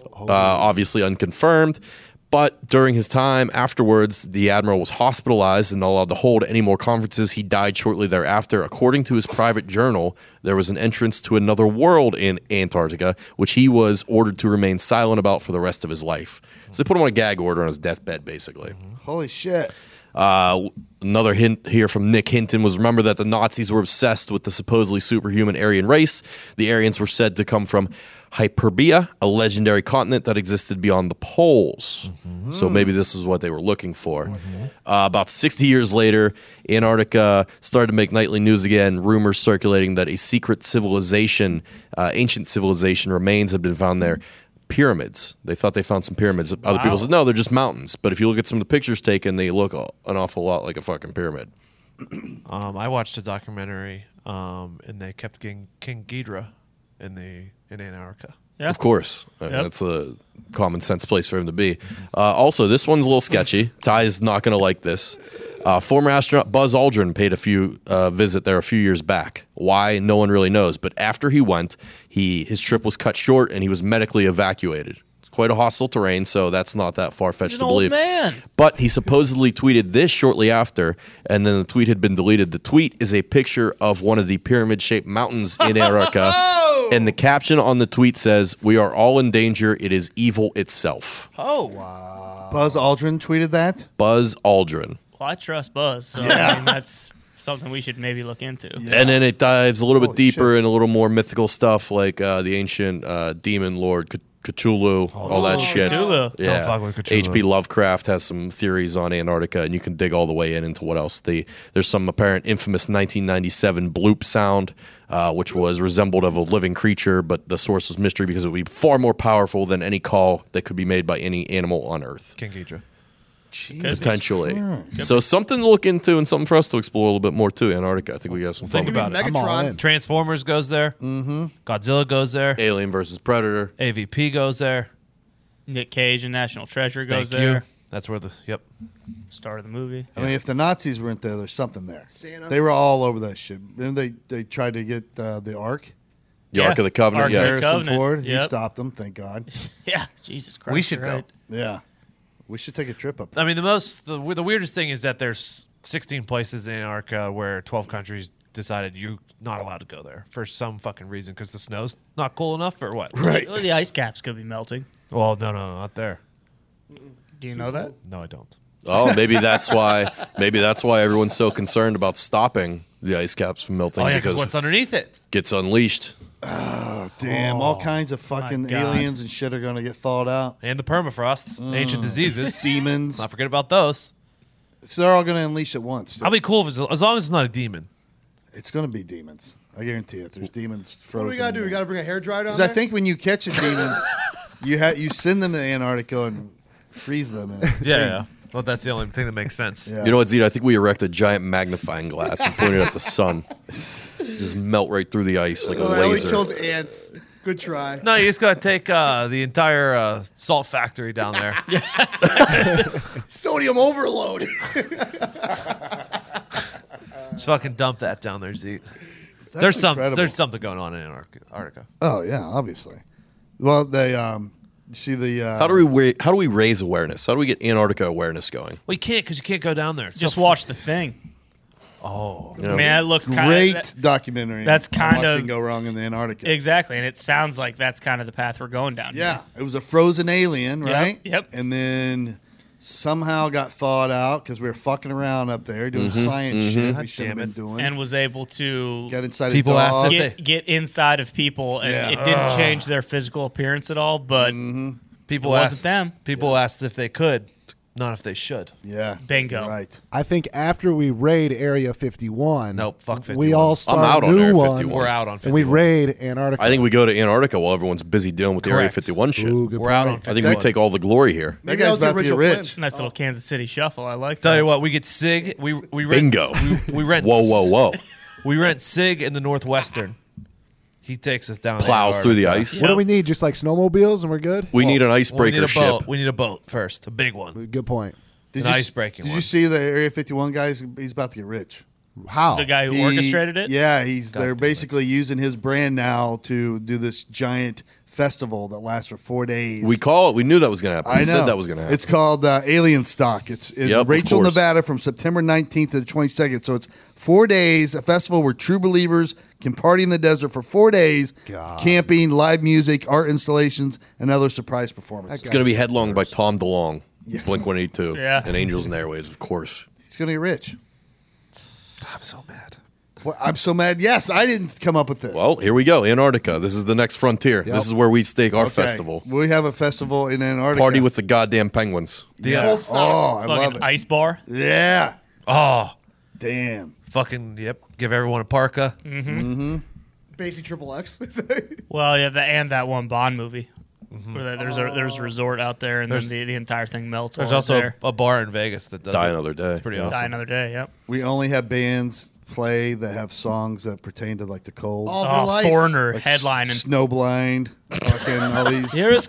Uh, obviously unconfirmed. But during his time afterwards, the admiral was hospitalized and not allowed to hold any more conferences. He died shortly thereafter. According to his private journal, there was an entrance to another world in Antarctica, which he was ordered to remain silent about for the rest of his life. So they put him on a gag order on his deathbed, basically.
Holy shit.
Uh, another hint here from Nick Hinton was remember that the Nazis were obsessed with the supposedly superhuman Aryan race. The Aryans were said to come from Hyperbia, a legendary continent that existed beyond the poles. So maybe this is what they were looking for. Uh, about 60 years later, Antarctica started to make nightly news again. Rumors circulating that a secret civilization, uh, ancient civilization remains had been found there pyramids. They thought they found some pyramids. Other people said, no, they're just mountains. But if you look at some of the pictures taken, they look a- an awful lot like a fucking pyramid.
Um, I watched a documentary, um, and they kept King, King Ghidra in the in Antarctica.
Yeah.
Of course. Uh, That's a common sense place for him to be. Uh, also, this one's a little sketchy. Ty's not going to like this. Uh, former astronaut Buzz Aldrin paid a few uh, visit there a few years back. Why? No one really knows. But after he went, he his trip was cut short and he was medically evacuated. It's quite a hostile terrain, so that's not that far fetched
He's
to
an old
believe.
man.
But he supposedly tweeted this shortly after, and then the tweet had been deleted. The tweet is a picture of one of the pyramid shaped mountains in Antarctica. and the caption on the tweet says, We are all in danger. It is evil itself.
Buzz Aldrin tweeted that.
Buzz Aldrin.
Well, I trust Buzz, so I mean, that's something we should maybe look into.
And then it dives a little bit
Holy
deeper and a little more mythical stuff like uh, the ancient uh, demon lord C- Cthulhu, all that shit.
Cthulhu.
Yeah.
fuck with Cthulhu.
H.P. Lovecraft has some theories on Antarctica, and you can dig all the way in into what else. The there's some apparent infamous 1997 bloop sound, uh, which was resembled of a living creature, but the source was mystery because it would be far more powerful than any call that could be made by any animal on Earth
King Ghidra.
potentially.
Hmm.
So something to look into and something for us to explore a little bit more too. Antarctica. I think we got some fun
Think
with
about it.
I'm all
Megatron.
in.
Transformers goes there. Mm-hmm. Godzilla goes there.
Alien versus Predator.
AVP goes there.
Nick Cage and National Treasure
Thank
goes there.
you. That's where the yep.
Start of the movie.
I mean, if the Nazis weren't there, there's something there.
Santa.
They were all over that shit. Then they they tried to get uh, the Ark.
The
Yeah.
Ark of the Covenant.
Ark of
yeah.
the
Harrison
Covenant.
Ford. He
Yep.
stopped them. Thank God.
Yeah, Jesus Christ.
We should
you're right.
go.
Yeah, we should take a trip up. there.
I mean, the most the, the weirdest thing is that there's 16 places in Antarctica where 12 countries decided you're not allowed to go there for some fucking reason because the snow's not cool enough or what?
Right.
Well, the ice caps could be melting.
Well, no, no, no, not there.
Do you know that?
No, I don't.
Oh, maybe that's why. Maybe that's why everyone's so concerned about stopping the ice caps from melting
Oh yeah, because
because
what's
it
underneath it?
gets unleashed.
Damn, all kinds of fucking
God.
aliens and shit are gonna get thawed out.
And the permafrost,
Mm.
ancient diseases.
Demons.
Not forget about those.
So they're all gonna unleash at once.
I'll be cool if it's, as long as it's not a demon.
It's gonna be demons. I guarantee it. There's demons
What
frozen.
do we gotta
in
do? We
there.
gotta bring a hair dryer down.
Because I
there?
think when you catch a demon, you ha- you send them to Antarctica and freeze them. In it.
Yeah, yeah. Well, that's the only thing that makes sense.
Yeah.
You know what, Zito? I think we erect a giant magnifying glass and point it at the sun. Just melt right through the ice like a
Oh, that only
laser.
kills ants. Good try.
No, you just gotta take uh, the entire uh, salt factory down there.
Sodium overload.
Just fucking dump that down there, Zeke. There's some,
incredible.
there's something going on in Antarctica- Antarctica.
Oh yeah, obviously. Well, they um, you see the uh,
How do we wa- how do we raise awareness? How do we get Antarctica awareness going?
Well, you can't because you can't go down there. It's
Just
so-
watch the thing.
Oh,
You know?
I mean, that looks kind
great
of
documentary.
that's
on
kind
what
of-
can go wrong in the Antarctica.
exactly, and it sounds like that's kind of the path we're going down. here.
yeah, it was a frozen alien,
Yep,
right?
yep.
And then somehow got thawed out because we were fucking around up there doing science shit we should have
damn
been
it.
doing.
and was able to
got inside
People
a dog.
asked if
get
they-
get inside of people, and
Yeah.
it didn't change their physical appearance at all. But
people
It wasn't
asked
them.
People asked if they could. Not if they should.
Yeah.
Bingo.
you're Right.
I think after we raid Area 51,
Nope, fuck
we
51.
all
I'm
start
out
a
on
new
Area
one.
51.
We're out on
and we
51.
raid Antarctica.
I think we go to Antarctica while everyone's busy dealing with the Area
Correct.
51 shit.
Ooh, good
We're out
point.
on. 51.
I think we take all the glory here.
That
Maybe that
guy's
was the
about to get
original
rich.
Nice little Kansas City shuffle. I like
Tell
that.
you what, we get Sig. We we rent,
Bingo.
We, we rent.
Whoa, whoa, whoa!
We rent Sig in the Northwestern. He takes us down. to
Plows through the
Antarctica.
ice.
What do we need? Just like snowmobiles, and we're good.
We need an
Well, we
icebreaker
need a
ship.
boat. We need a boat first, a big one.
Good point.
Did
An
you s-
ice-breaking
Did you
one.
see the Area 51 guys? He's about to get rich.
How?
The guy who
He-
orchestrated it.
Yeah, he's
damn
they're
it.
basically using his brand now to do this giant festival that lasts for four days.
We call it. We knew that was going to happen.
I
we
know.
said that was going to happen.
It's called uh, Alien Stock. It's in
Yep, of
Rachel,
course.
Nevada, from September 19th to the 22nd. So it's four days, a festival where true believers can party in the desert for four days, camping, live music, art installations, and other surprise performances.
It's going to be headlong by Tom DeLong, Blink 182,
Yeah.
and Angels and Airwaves, of course.
He's going to get rich.
I'm so mad.
Well, I'm so mad. Yes, I didn't come up with this.
Well, here we go. Antarctica. This is the next frontier. This is where we stake our
Okay.
festival.
We have a festival in Antarctica.
Party with the goddamn penguins.
yeah.
Cold
Oh, I
Fucking
love it.
ice bar.
yeah.
Oh,
Damn.
fucking yep. Give everyone a parka.
Basically, triple X.
Well, yeah, the, and that one Bond movie. Where the- there's a there's a resort out there, and then the, the entire thing melts.
There's
while it's
also
there.
a, a bar in Vegas that does
Die
it.
another day.
It's pretty
Yeah.
die
awesome.
another day. Yep.
We only have bands play that have songs that pertain to like the cold.
Oh,
Oh,
Lice.
foreigner
like
headline
s-
and
Snowblind, fucking all these.
You're as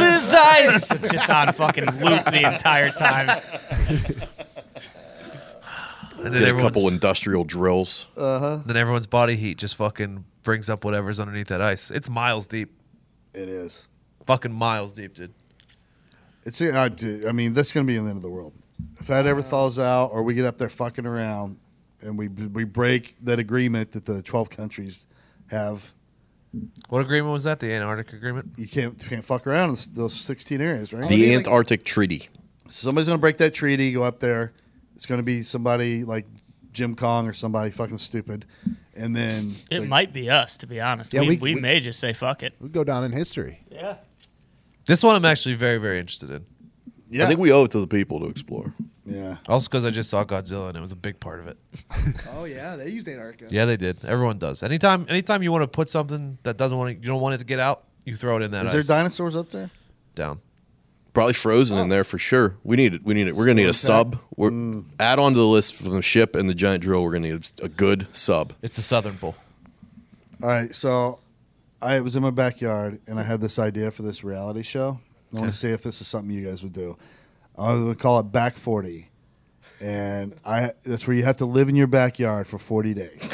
as ice. It's just on fucking loop the entire time.
And then
Did a couple
everyone's,
industrial drills.
then everyone's body heat just fucking brings up whatever's underneath that ice. It's miles deep.
It is.
Fucking miles deep, dude.
It's. I, d- I mean, that's gonna be the end of the world. If that
Uh.
ever thaws out, or we get up there fucking around, and we we break that agreement that the twelve countries have,
What agreement was that? The Antarctic agreement?
you can't can't fuck around in s- those sixteen areas, right?
the
like-
Antarctic Treaty.
Somebody's gonna break that treaty. Go up there. It's gonna be somebody like Jim Kong or somebody fucking stupid, and then
It
like,
might be us, to be honest.
Yeah,
we,
we-
we,
we-
may just say fuck it.
we go down in history.
Yeah.
This one I'm actually very, very interested in.
Yeah.
I think we owe it to the people to explore.
yeah.
Also because I just saw Godzilla and it was a big part of it.
oh yeah, they used Antarctica.
Yeah, they did. Everyone does. Anytime, anytime you want to put something that doesn't want to, you don't want it to get out, you throw it in that
Is there
ice
dinosaurs up there?
down.
Probably frozen in there for sure. We need it. We need it. We're gonna need a sub. We're add on to the list from the ship and the giant drill. We're gonna need a good sub.
It's the Southern Pole.
All right, so I was in my backyard and I had this idea for this reality show. I want to see if this is something you guys would do. I was going to call it Back 40. And I that's where you have to live in your backyard for 40 days.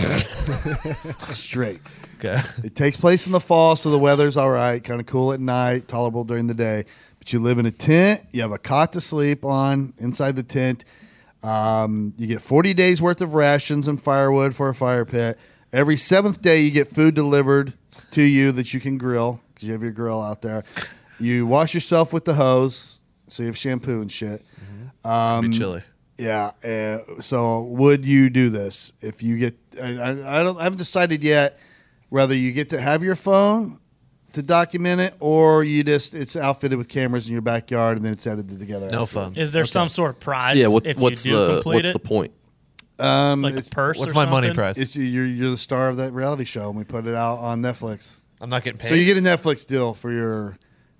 Straight.
Okay.
It takes place in the fall, so the weather's all right, kind of cool at night, tolerable during the day. But you live in a tent, you have a cot to sleep on inside the tent. Um, you get 40 days worth of rations and firewood for a fire pit. Every seventh day, you get food delivered to you that you can grill because you have your grill out there. You wash yourself with the hose, so you have shampoo and shit. Um,
Be chilly.
Yeah. Uh, so, would you do this if you get? I, I, I don't. I haven't decided yet whether you get to have your phone to document it, or you just it's outfitted with cameras in your backyard and then it's edited together.
No
after.
fun.
Is there some sort of prize?
Yeah. What's
if
what's
you do
the
complete
what's
it?
the point?
Um,
Like
it's,
a purse?
What's
or
my money
something?
prize?
it's you- you're you're the star of that reality show, and we put it out on Netflix.
I'm not getting paid.
So you get a Netflix deal for your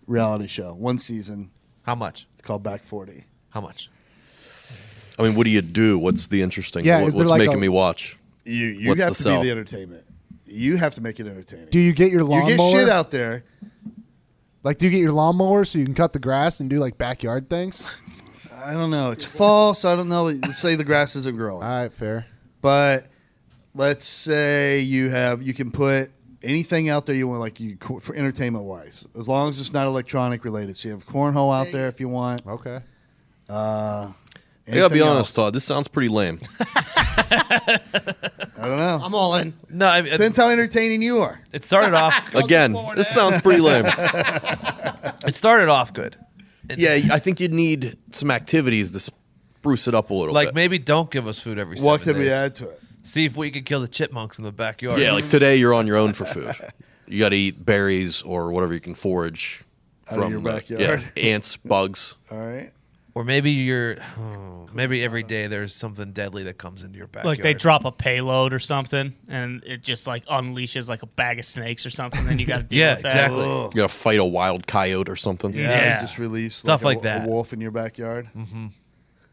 reality show, one season.
How much?
It's called Back Forty.
How much?
I mean, what do you do? What's the interesting?
Yeah,
what-
is there
what's
like
making
a-
me watch?
You you
What's
have
the
to
sell?
be the entertainment. You have to make it entertaining.
Do you get your
you
lawnmower?
get shit out there.
Like, do you get your lawnmower so you can cut the grass and do like backyard things?
I don't know. It's fall, so I don't know. Let's say the grass isn't
All
growing,
right, fair.
but let's say you have you can put anything out there you want, like you for entertainment wise, as long as it's not electronic related. So you have cornhole out there if you want.
Okay.
I gotta be
Anything
honest,
else.
Todd. This sounds pretty lame.
I don't know.
I'm all in.
No, I mean, it,
Depends how entertaining you are.
it started off.
Again, this sounds pretty lame.
It started off good.
yeah, I think you'd need some activities to spruce it up a little.
Like
bit.
maybe don't give us food every.
What
seven
could we
days.
add to it?
See if we could kill the chipmunks in the backyard.
Yeah, like today you're on your own for food. You got to eat berries or whatever you can forage
Out of your
the-
backyard.
yeah, ants, bugs.
All right.
Or maybe you're, maybe every day there's something deadly that comes into your backyard.
Like they drop a payload or something, and it just like unleashes like a bag of snakes or something. Then you got to deal
Yeah,
with that.
exactly.
Ugh.
You gotta fight a wild coyote or something.
Yeah,
Yeah.
you
Ah.
just release
Stuff
like,
like
a, wo-
that.
A wolf in your backyard.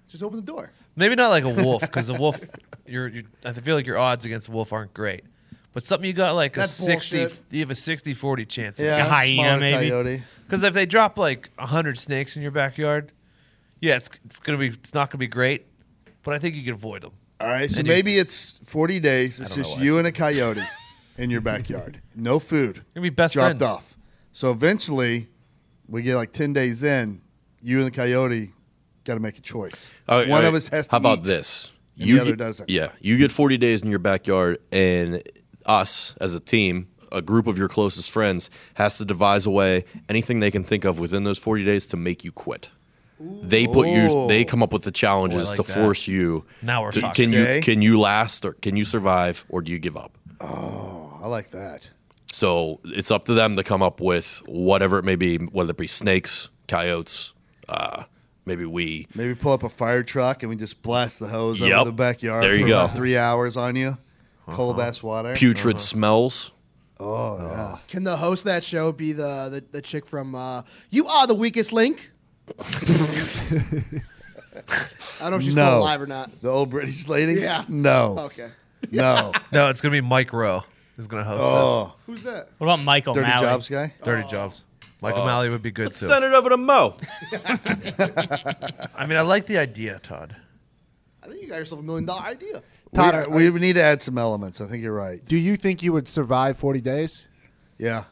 Just open the door.
Maybe not like a wolf, because a wolf, you're, you I feel like your odds against a wolf aren't great. But something you got like a
That's
60,
bullshit.
you have a 60 40 chance.
Yeah,
a hyena,
smaller
maybe.
Coyote.
Because if they drop like 100 snakes in your backyard, yeah, it's, it's going to be, it's not going to be great, but I think you can avoid them.
All right, so
And you-
maybe it's 40 days. It's
don't know
just
why I
you
said
and a coyote in your backyard. No food. You're
gonna be best
Dropped
friends.
off. So eventually, we get like 10 days in. You and the coyote got to make a choice.
All right,
One
all
of
right.
us has to.
How about
eat.
this?
and the other
get-
doesn't.
Yeah, you get 40 days in your backyard, and us as a team, a group of your closest friends, has to devise a way, anything they can think of within those 40 days to make you quit. They put you. They come up with the challenges
Oh, like
to
that.
force you.
Now we're
to,
talking.
Can you
Okay.
can you last or can you survive or do you give up?
Oh, I like that.
So it's up to them to come up with whatever it may be, whether it be snakes, coyotes, uh, maybe we.
Maybe pull up a fire truck and we just blast the hose
Yep.
over the backyard
There you
for
go.
about three hours on you.
Uh-huh.
Cold ass water.
Putrid smells.
Can the host of that show be the the, the chick from uh, You Are the Weakest Link? I don't know if she's
No.
still alive or not.
The old British lady?
Yeah. Oh,
No.
Okay.
No.
No, it's going to be Mike Rowe is going to host
Oh,
Who's that?
What about Michael
dirty
Malley?
jobs guy?
this. Dirty Jobs. Mike O'Malley would be good too.
Send it over to Mo.
I mean, I like the idea, Todd.
I think you got yourself a million dollar idea.
Todd, are-
we, we need to add some elements. I think you're right.
Do you think you would survive 40 days
Yeah.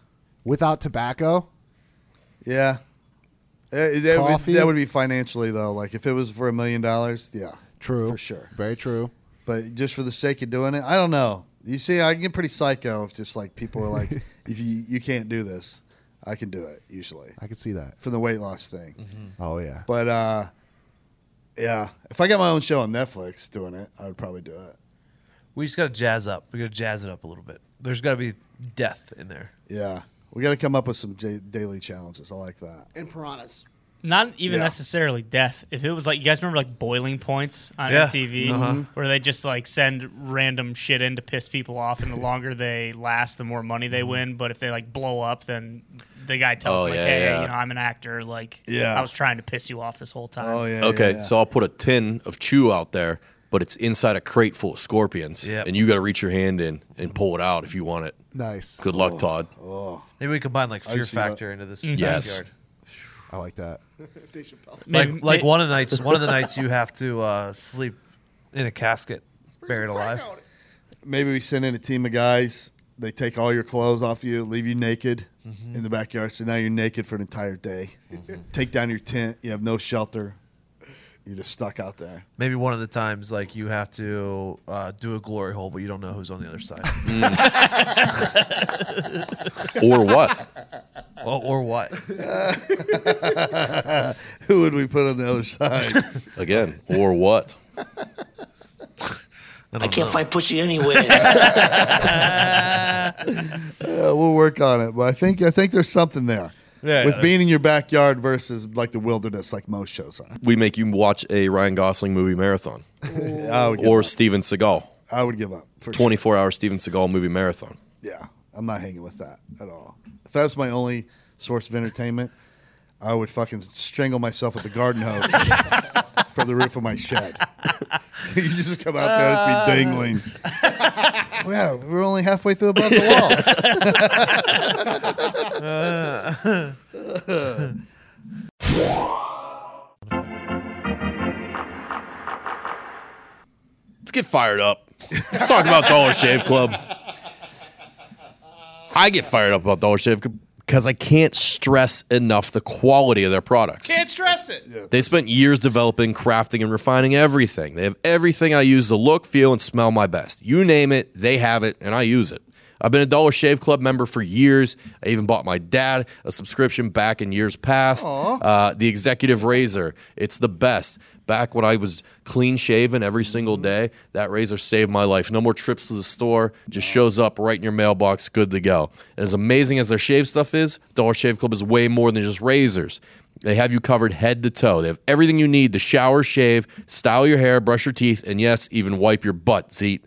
without tobacco?
Yeah. Eh, that,
Coffee?
Would, that would be financially though. Like if it was for a million dollars, yeah,
True.
for sure.
Very true.
But just for the sake of doing it, I don't know. You see, I get pretty psycho if just like people are like, if you you can't do this, I can do it usually
I can see that.
for the weight loss thing.
Oh, yeah.
But uh, yeah, if I got my own show on Netflix doing it, I would probably do it.
We just got to jazz up. We got to jazz it up a little bit. There's got to be death in there.
Yeah, we got to come up with some j- daily challenges. I like that.
And piranhas.
Not even
Yeah.
necessarily death. If it was like you guys remember like boiling points on
Yeah.
MTV,
Mm-hmm.
where they just like send random shit in to piss people off, and the longer they last, the more money
Mm-hmm.
they win. But if they like blow up, then the guy tells
Oh,
them like,
yeah,
"Hey,
yeah.
you know, I'm an actor. Like,
Yeah.
I was trying to piss you off this whole time."
Oh yeah.
Okay,
yeah, yeah.
so I'll put a tin of chew out there, but it's inside a crate full of scorpions,
Yep.
and you got to reach your hand in and pull it out if you want it.
Nice.
Good luck, Todd.
Maybe we combine like Fear
see that.
Factor into this
Yes.
backyard.
I like that.
Dave Chappelle.
Maybe-
like like
may-
one of the nights, one of the nights you have to uh, sleep in a casket, buried alive.
Crack on it.
maybe we send in a team of guys. They take all your clothes off you, leave you naked in the backyard. So now you're naked for an entire day. Take down your tent. You have no shelter. You're just stuck out there.
Maybe one of the times like you have to uh, do a glory hole, but you don't know who's on the other side
Or what?
or, or what.
Who would we put on the other side?
Again, or what?
I can't find pussy anywhere.
Uh, we'll work on it, but I think I think there's something there.
Yeah,
With
yeah.
being in your backyard versus like the wilderness, like most shows are.
We make you watch a Ryan Gosling movie marathon,
I would give,
or Steven Seagal,
I would give up. For sure.
24 hour Steven Seagal movie marathon.
yeah, I'm not hanging with that at all. If that was my only source of entertainment, I would fucking strangle myself with the garden hose from the roof of my shed. you just come out there and it's me dangling. yeah, we're only halfway through above the wall.
Let's get fired up. Let's talk about Dollar Shave Club. I get fired up about Dollar Shave because I can't stress enough the quality of their products.
can't stress it.
They spent years developing, crafting, and refining everything. They have everything I use to look, feel, and smell my best. You name it, they have it, and I use it. I've been a Dollar Shave Club member for years. I even bought my dad a subscription back in years past. Uh, the Executive Razor, it's the best. Back when I was clean shaven every single day, that razor saved my life. No more trips to the store, just shows up right in your mailbox, good to go. And as amazing as their shave stuff is, Dollar Shave Club is way more than just razors. They have you covered head to toe. They have everything you need to shower, shave, style your hair, brush your teeth, and yes, even wipe your butt. See?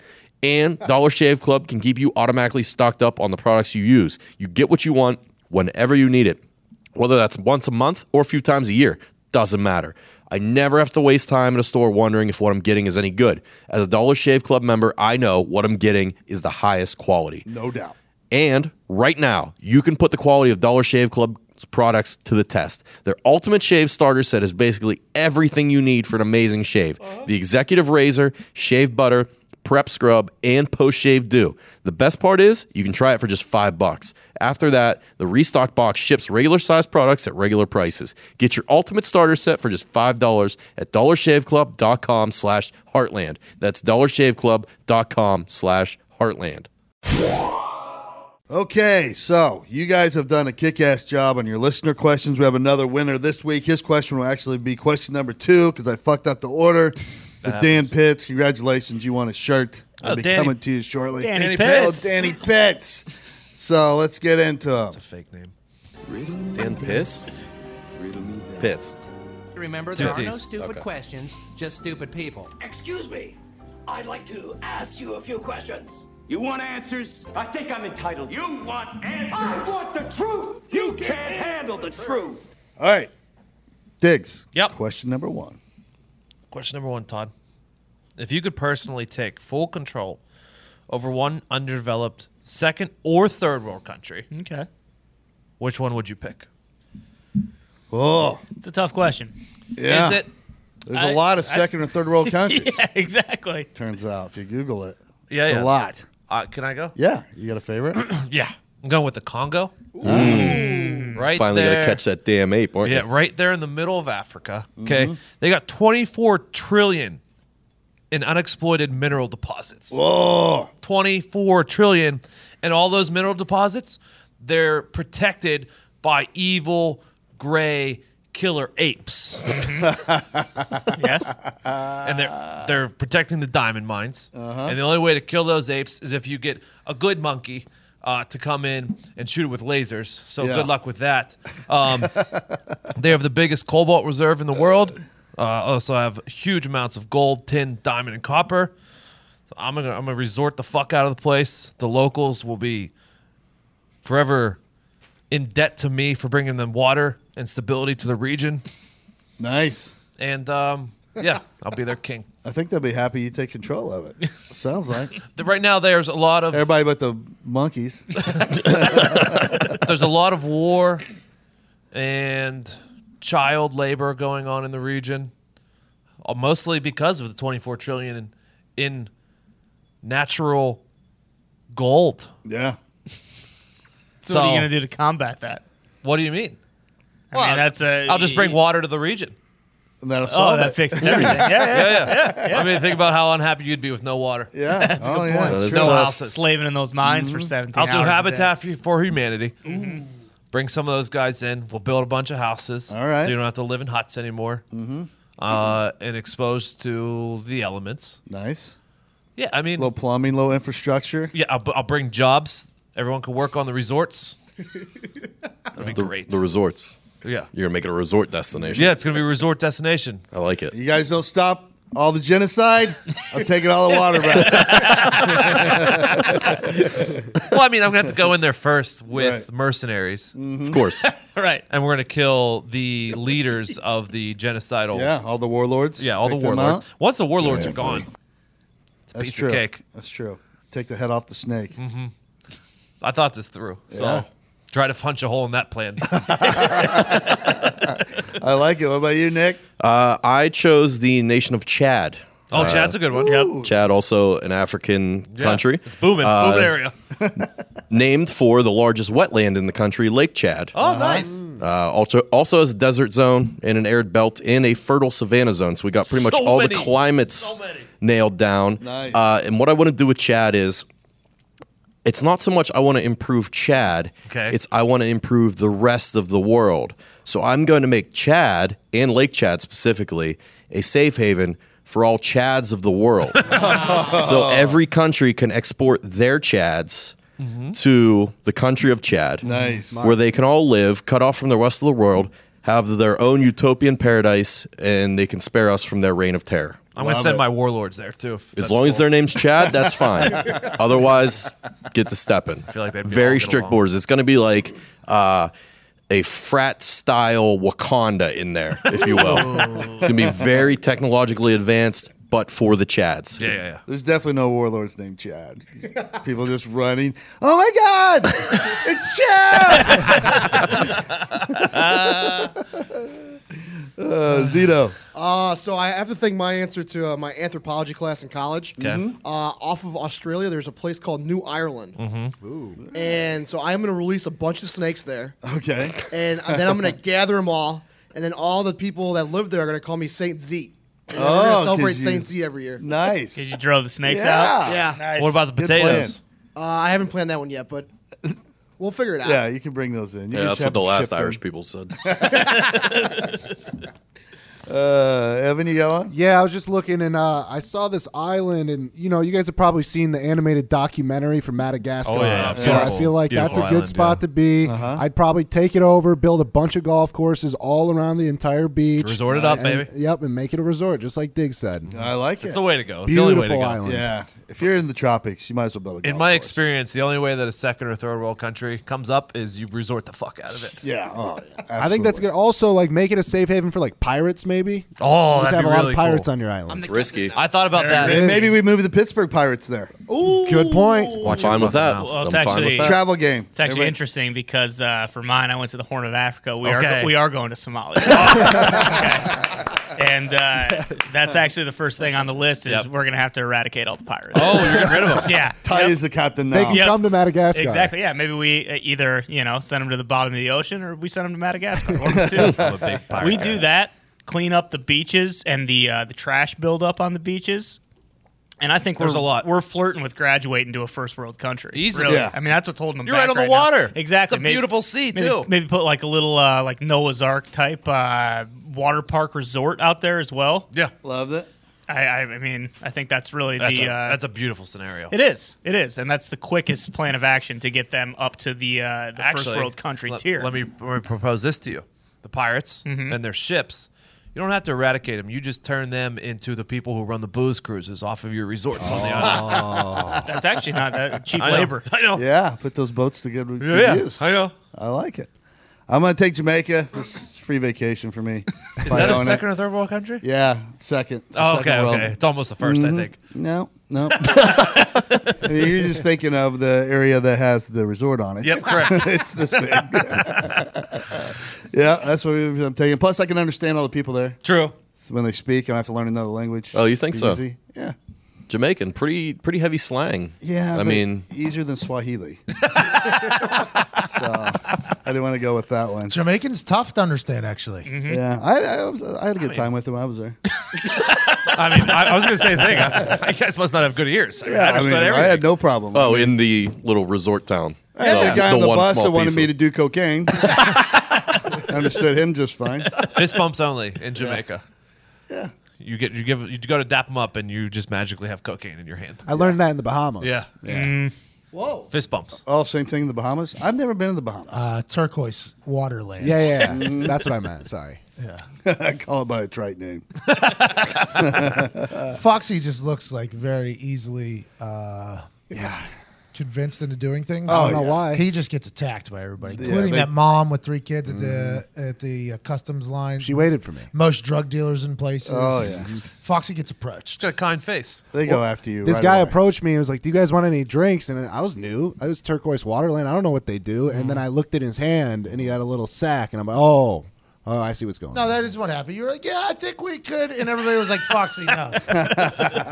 And Dollar Shave Club can keep you automatically stocked up on the products you use. You get what you want whenever you need it, whether that's once a month or a few times a year. Doesn't matter. I never have to waste time in a store wondering if what I'm getting is any good. As a Dollar Shave Club member, I know what I'm getting is the highest quality.
No doubt.
And right now, you can put the quality of Dollar Shave Club's products to the test. Their Ultimate Shave Starter Set is basically everything you need for an amazing shave the Executive Razor, Shave Butter, Prep Scrub, and Post Shave Dew. The best part is you can try it for just five bucks. After that, the restock box ships regular sized products at regular prices. Get your Ultimate Starter Set for just $5 at dollarshaveclub.com slash heartland. That's dollarshaveclub.com slash heartland.
Okay, so you guys have done a kick-ass job on your listener questions. We have another winner this week. His question will actually be question number two because I fucked up the order. But Dan Pitts, congratulations! You won a shirt. I'll
Oh,
be
Danny-
coming to you shortly.
Danny
Oh, Danny Pitts. So let's get into him.
Fake name.
Dan Piss? Pitts.
Remember, there are no
Tootsies.
stupid
Okay.
questions, just stupid people.
Excuse me. I'd like to ask you a few questions. You want answers? I think I'm entitled. You want answers? I want the truth. You can't handle the truth.
All right, Diggs.
Yep.
Question number one.
Question number one, Todd. If you could personally take full control over one underdeveloped second or third world country,
Okay.
which one would you pick?
Oh,
It's a tough question.
yeah.
Is it?
There's
I-
a lot of second or third world countries.
Yeah, exactly.
Turns out, if you Google it,
Yeah,
it's
yeah.
a lot.
Uh, can I go?
Yeah, you got a favorite?
Yeah. I'm going with the Congo. Mm. Right
Finally
there.
got to catch Mm-hmm. that damn ape, aren't
Yeah,
you?
right there in the middle of Africa. Okay. They got 24 trillion in unexploited mineral deposits.
oh,
24 trillion and all those mineral deposits they're protected by evil gray killer apes
Yes.
and they're they're protecting the diamond mines and the only way to kill those apes is if you get a good monkey uh, to come in and shoot it with lasers so
Yeah.
good luck with that um, they have the biggest cobalt reserve in the world uh, also have huge amounts of gold tin diamond and copper I'm gonna I'm gonna resort the fuck out of the place. The locals will be forever in debt to me for bringing them water and stability to the region.
nice.
And um, yeah, I'll be their king.
I think they'll be happy you take control of it. Sounds like
The- Right now, there's a lot of
everybody but the monkeys.
there's a lot of war and child labor going on in the region, uh, mostly because of the 24 trillion in, in natural gold.
Yeah.
So, what are you gonna do to combat that?
What do you mean?
I mean, that's a.
I'll just bring water to the region.
And that'll solve
Oh, that
it.
fixes everything. Yeah, yeah.
yeah, yeah. I mean, think about how unhappy you'd be with no water.
Yeah. oh, yeah.
That is
true.
No
tough.
houses. Slaving in those mines for 17
Mm-hmm. I'll do
hours a day.
Habitat for- for Humanity. Bring some of those guys in. We'll build a bunch of houses.
All right.
So you don't have to live in huts anymore. Mm-hmm. Uh, and exposed to the elements.
Nice.
Yeah, I mean,
Low plumbing, low infrastructure.
yeah, I'll, I'll bring jobs. Everyone can work on the resorts. That'd be great.
The resorts.
yeah.
You're going to make it a resort destination.
Yeah, it's going to be a resort destination.
I like it.
You guys don't stop all the genocide. I'm taking all the water back.
Well, I mean, I'm going to have to go in there first with
Right.
mercenaries,
Of course. Uh,
Right.
and we're going to kill the leaders of the genocidal
Yeah, all the warlords.
Yeah, all
Take
the
them
warlords.
out.
Once the warlords are gone, it's a
That's
piece
true.
of cake. Mm-hmm.
That's true. Take the head off the snake.
I thought this through. So
Yeah.
try to punch a hole in that plan. Oh,
I like it. What about you, Nick?
uh, I chose the nation of Chad.
oh, Chad's a good one. Yep.
Chad, also an African country,
It's booming.
Uh,
booming area.
named for the largest wetland in the country, Lake Chad.
Oh, nice.
Uh, also, also has a desert zone and an arid belt and a fertile savanna zone. So we got pretty much
So
all the
many.
climates
So many.
nailed down.
Nice.
Uh, and what I want to do with Chad is it's not so much I want to improve Chad.
Okay.
It's I want to improve the rest of the world. So I'm going to make Chad and Lake Chad specifically a safe haven for all Chads of the world. so every country can export their Chads to the country of Chad.
Nice.
Where they can all live, cut off from the rest of the world, have their own utopian paradise, and they can spare us from their reign of terror.
I'm gonna send my warlords there too. if
As
that's
long as
cool.
their name's Chad, that's fine. Otherwise, get to stepping.
feel like they'd be all
Very
get
strict
along.
borders. It's going to be like uh, a frat style Wakanda in there, if you will. it's going to be very technologically advanced, but for the Chads.
yeah, yeah, yeah.
There's definitely no warlords named Chad. People just running. Oh my God! It's Chad! uh, Zito.
Uh, so I have to think my answer to uh, my anthropology class in college.
Okay.
Mhm. Uh, off of Australia, there's a place called New Ireland. And so I'm going to release a bunch of snakes there.
Okay.
And then I'm going to gather them all. And then all the people that live there are going to call me Saint Z. And then we're gonna
Oh, 'cause
celebrate
you-
Saint Z every year.
Nice.
Did you drove the snakes
Yeah.
out?
Yeah.
Nice.
What about the
Good plan.
potatoes?
Uh, I haven't planned that one yet, but we'll figure it out.
Yeah, you can bring those in. You
Yeah,
just
that's
have to
what the last
ship them.
Irish people said.
Uh, Evan, you got one?
Yeah, I was just looking and uh, I saw this island, and you know, you guys have probably seen the animated documentary from Madagascar.
Oh, yeah, yeah.
so I
Beautiful.
feel like that's a
Beautiful
good
island,
spot
yeah.
to be.
Uh-huh.
I'd probably take it over, build a bunch of golf courses all around the entire beach.
Resort it up,
and-
baby.
Yep, and make it a resort, just like Dig said.
I like it.
It's the way to go. It's the only way to
Beautiful
go.
island.
Yeah. If you're in the tropics, you might as well build a
In
golf
my
course.
experience, the only way that a second or third world country comes up is you resort the fuck out of it.
Yeah. Oh,
I think that's
absolutely.
good. Also, like make it a safe haven for like pirates, maybe.
Oh,
just
that'd
have
be
a lot
really
of pirates
cool.
on your
I'm
island.
the
Risky.
I thought about that.
And
is.
maybe we move the Pittsburgh Pirates there.
Ooh.
Good point.
fine with that.
Well,
I'm
it's
fine
actually-
with that.
Travel game.
It's actually
Everybody-
interesting because uh, for mine, I went to the Horn of Africa. We
Okay.
are go- we are going to Somalia, Okay. and uh, that's actually the first thing on the list is
Yep.
we're gonna have to eradicate all the pirates.
Oh, you're getting rid of them.
yeah,
Ty is the captain now.
They can
Yep.
come to Madagascar.
exactly. Yeah, maybe we uh, either you know send them to the bottom of the ocean or we send them to Madagascar. One of the 2
I'm a big pirate
we
guy.
do that, clean up the beaches and the uh, the trash buildup on the beaches. And I think
There's
we're
a lot.
We're flirting with graduating to a first world country.
Easy.
really.
Yeah.
I mean, that's what's holding them.
You're
back
right on the
now.
water.
Exactly.
It's a beautiful sea,
maybe-
too.
Maybe put like a little uh, like Noah's Ark type uh, water park resort out there as well.
Yeah.
Loved it.
I, I, I mean, I think that's really
That's,
the
a,
uh,
that's a beautiful scenario.
it is. It is, and that's the quickest plan of action to get them up to the uh, the first
Actually,
world country
let,
tier. Mm-hmm.
Let me, let me propose this to you: the pirates and their ships. You don't have to eradicate them. You just turn them into the people who run the booze cruises off of your resorts on
Oh,
the island.
that's actually not that cheap
I know.
labor.
I know.
Yeah, put those boats to good, good
Yeah,
use.
I
I,
know.
like it. I'm gonna take Jamaica. This is free vacation for me. If
Is
I
that a
own it.
second or third world country?
Yeah, second. It's a
Oh,
second
okay,
world. Mm-hmm.
okay. It's almost the 1st I think.
No, no. I mean, you're just thinking of the area that has the resort on it.
Yep, correct.
it's this big. yeah, that's what I'm taking. Plus, I can understand all the people there
True.
It's when they speak. I don't have to learn another language.
Oh, you think
Be
so?
easy. Yeah.
Jamaican, pretty pretty heavy slang.
Yeah,
I
but
mean,
easier than Swahili. so I didn't want to go with that one.
Jamaican's tough to understand, actually.
Mm-hmm.
Yeah, I, I, was, I had a good time with him. I was there.
I mean, I, I was going to say a thing. I, you guys must not have good ears. I
Yeah, I, mean,
understood
I
everything.
had no problem.
oh, in the little resort town.
I had the guy on the
one
bus
small
that wanted
piece
me
of-
to do cocaine. Understood him just fine.
Fist bumps only in Jamaica.
Yeah.
You get you give you go to dap them up and you just magically have cocaine in your hand.
I learned that in the Bahamas.
Yeah,
Whoa.
fist bumps.
All same thing in the Bahamas. I've never been in the Bahamas.
Uh, turquoise water land.
Yeah, yeah, yeah. that's what I meant. Sorry.
I call it by its right name.
Foxy just looks like very easily uh, yeah, convinced into doing things.
I don't know why.
Oh, He just gets attacked by everybody, including
they-
that mom with three kids at the at the uh, customs line.
she waited for me.
Most drug dealers in places.
Oh, yeah.
Foxy gets approached.
Got a kind face.
They go after you.
This
right
guy
away.
approached me and was like, "Do you guys want any drinks?" And I was new. I was
Mm-hmm.
turquoise waterland. I don't know what they do. And then I looked at his hand and he had a little sack. And I'm like, "Oh, oh, I see what's going. on.
No, that is what happened. You were like, yeah, I think we could. And everybody was like, Foxy, no.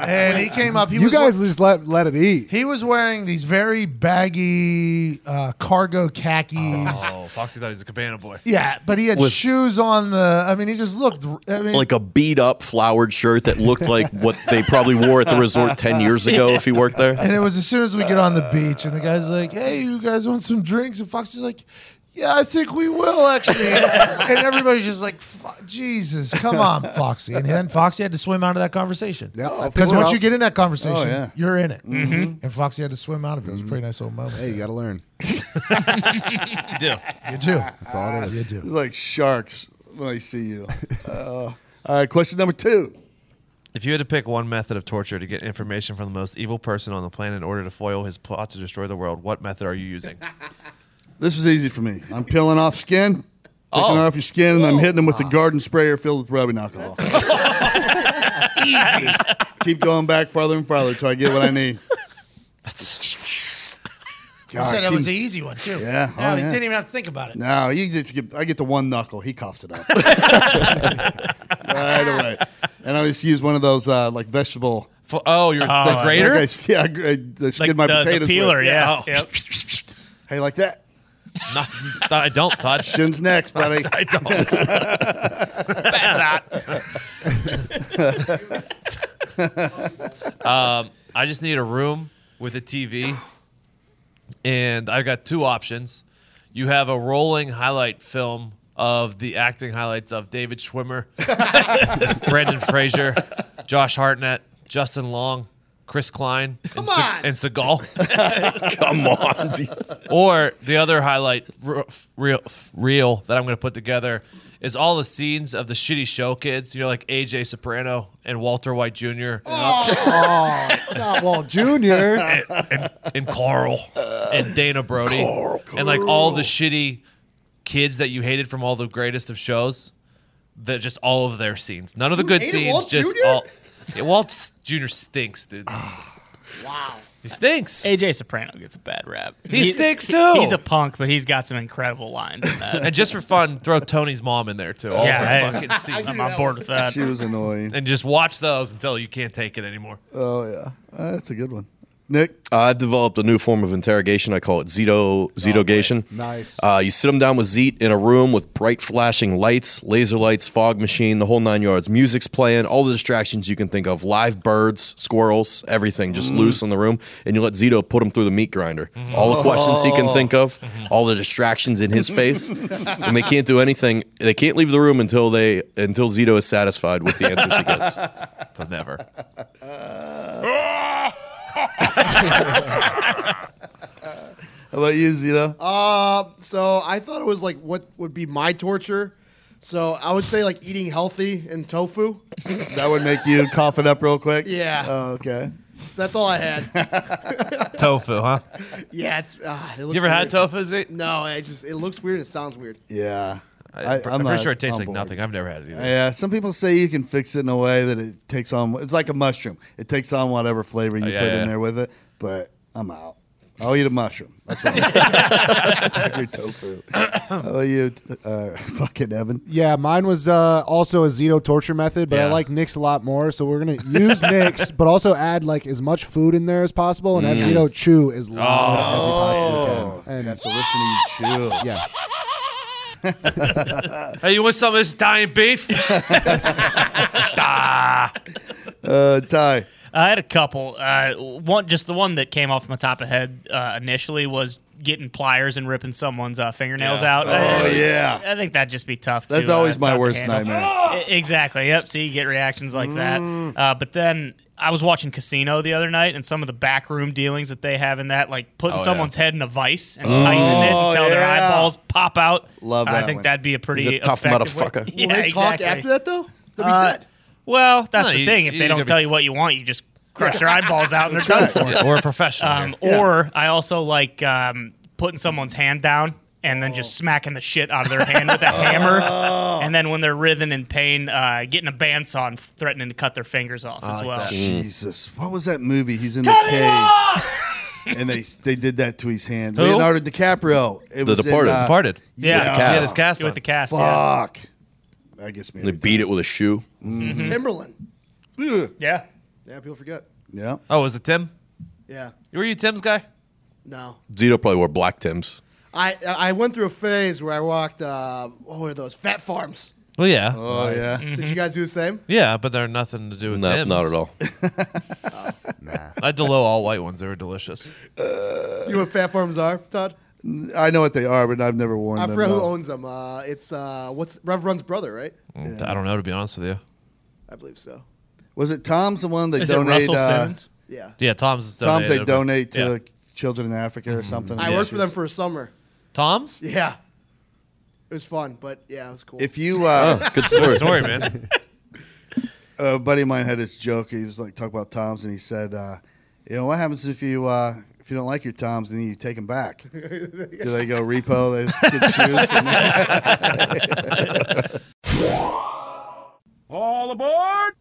and he came up. He
you
was
guys just let let it eat.
He was wearing these very baggy uh, cargo khakis.
Oh, Foxy thought he was a cabana boy.
Yeah, but he had
With-
shoes on the. I mean, he just looked. I mean,
Like a beat up flowered shirt that looked like what they probably wore at the resort 10 years ago if he worked there.
and it was as soon as we get on the beach, and the guy's like, "Hey, you guys want some drinks?" And Foxy's like, "Yeah, I think we will actually." and everybody's just like, "Fu- "Jesus, come on, Foxy!" And then Foxy had to swim out of that conversation.
Oh,
Yeah, of
because
course.
once you get in that conversation,
Oh, yeah.
you're in it. And Foxy had to swim out of it. It was a pretty nice little moment.
Hey, you got to learn.
You do.
You do.
That's all it is.
You
It's like sharks when I see you. Uh, all right, question number two.
If you had to pick one method of torture to get information from the most evil person on the planet in order to foil his plot to destroy the world, what method are you using?
This was easy for me. I'm peeling off skin, taking
Oh.
off your skin, and I'm hitting them with a garden sprayer filled with rubbing alcohol. easy. Keep going back farther and farther till I get what I need.
You said
God,
that was an
keep-
easy one too.
Yeah, oh,
No, he
yeah.
didn't even have to think about it.
No, you just get, I get the one knuckle. He coughs it up right away, and I just use one of those uh, like vegetable.
Fo- oh, you're
Oh,
the grater?
Like I, yeah, I, gr- I skid
Like
my
the,
potatoes.
the peeler,
With.
Oh.
yeah. Yep.
Hey, like that?
Not, I don't touch.
Shin's next, buddy.
I don't.
That's hot.
I just need a room with a TV, and I've got two options. You have a rolling highlight film of the acting highlights of David Schwimmer, Brandon Fraser, Josh Hartnett, Justin Long, Chris Klein, and, Se- and Seagal.
Come on.
or the other highlight re- reel, reel that I'm going to put together is all the scenes of the shitty show kids, you know, like AJ Soprano and Walter White Jr.
oh, not Walt Junior.
and, and Carl and Dana Brody and like all the shitty kids that you hated from all the greatest of shows. That just all of their scenes, none of the good
hated
scenes.
Walt
just
Jr.?
all. Yeah, Walt Jr. stinks, dude. wow, he stinks.
AJ Soprano gets a bad rap.
He stinks, too.
He's a punk, but he's got some incredible lines in that.
And just for fun, throw Tony's mom in there too. All
Yeah,
yeah,
hey.
fucking scenes.
I'm on board with that.
She was annoying.
And just watch those until you can't take it anymore.
Oh yeah, Uh, that's a good one. Nick,
Uh, I've developed a new form of interrogation. I call it Zito Zitogation.
Nice.
Uh, you sit him down with Zeet in a room with bright flashing lights, laser lights, fog machine, the whole nine yards. Music's playing, all the distractions you can think of. Live birds, squirrels, everything just loose in the room. And you let Zito put him through the meat grinder. All the questions he can think of, all the distractions in his face. and they can't do anything. They can't leave the room until they until Zito is satisfied with the answers he gets.
So never.
how about you, Zito?
So I thought it was like what would be my torture. So I would say like eating healthy and tofu.
that would make you cough it up real quick.
Yeah.
Oh, okay.
So that's all I had.
tofu, huh?
yeah, it's. ah, it looks
You ever had
weird.
tofu? Z?
No, I just it looks weird. and It sounds weird.
Yeah.
I, am pretty
not
sure it tastes
on
like
board.
nothing. I've never had it either.
Yeah, some people say you can fix it in a way that it takes on. It's like a mushroom. It takes on whatever flavor you
Oh, yeah,
put
yeah.
in there with it. But I'm out. I'll eat a mushroom. That's what I'm Fuck your tofu. Oh, you uh, fucking Evan.
Yeah, mine was uh, also a Zito torture method, but I
Yeah.
like Nick's a lot more. So we're gonna use Nick's, but also add like as much food in there as possible, and have Zito chew as loud as he possibly can.
You have
And
to listen to you chew.
yeah,
Hey, you want some of this Italian beef?
Uh, Ty.
I had a couple. Uh, one, just the one that came off my top of head uh, initially was getting pliers and ripping someone's uh, fingernails
Yeah.
out.
Oh,
I,
yeah.
I think that'd just be tough.
That's
to, uh,
always
tough
my
to
worst
handle.
nightmare.
I- E-, Exactly. Yep. See, you get reactions like that.
Mm.
Uh, but then I was watching Casino the other night, and some of the backroom dealings that they have in that, like putting
Oh, yeah.
someone's head in a vice and tightening it
Oh,
until their
yeah.
eyeballs pop out.
Love
I
that
think
one.
that'd be a pretty
He's a tough
effective way-
motherfucker.
Yeah,
Will they talk
exactly.
after that though? They'll be
Uh,
dead.
Well, that's
No,
the
you-
thing. If
you
they
gotta
don't
be-
tell you what you want, you just crush their eyeballs out and they're done for.
or a professional.
Um,
here.
Or I also like um, putting someone's hand down and then just smacking the shit out of their hand
Oh.
with a hammer. And then when they're writhing in pain, uh, getting a bandsaw and threatening to cut their fingers off as well.
Jesus, what was that movie? He's in the cave, and they they did that to his hand. Leonardo DiCaprio. It
The
was in,
Departed.
uh,
Departed.
Yeah,
Yeah.
He had
cast.
his cast with the cast. Yeah.
Fuck. I guess
They
maybe.
beat it with a shoe.
Mm-hmm.
Timberland.
Yeah.
Yeah, people forget.
Yeah.
Oh, was it Tim?
Yeah.
Were you Tim's guy?
No.
Zito probably wore black Tims.
I I went through a phase where I walked, uh, what were those? Fat Farms.
Well, yeah.
Oh yeah.
Mm-hmm.
Did you guys do the same?
yeah, but they're nothing to do with
No,
Tim's.
not at all.
I had the low all white ones. They were delicious.
You know what Fat Farms are, Todd?
I know what they are, but I've never worn
I
them.
forgot who
no.
owns them. Uh, it's uh, what's Rev Run's brother, right?
I don't know, to be honest with you.
I believe so.
Was it Tom's the one that
Is it
donated?
Russell
uh,
Simmons?
Yeah.
Yeah, Tom's
Tom's
donated,
they
but-
donate to
yeah.
children in Africa or something.
I worked for them for a summer.
Tom's?
Yeah. It was fun, but yeah, it was cool.
If you, uh,
Good story.
Sorry, man.
a buddy of mine had this joke. He was like talk about Tom's, and he said, uh, "You know what happens if you uh, if you don't like your Tom's and then you take them back? Do they go repo those kid shoes?" And-
All aboard!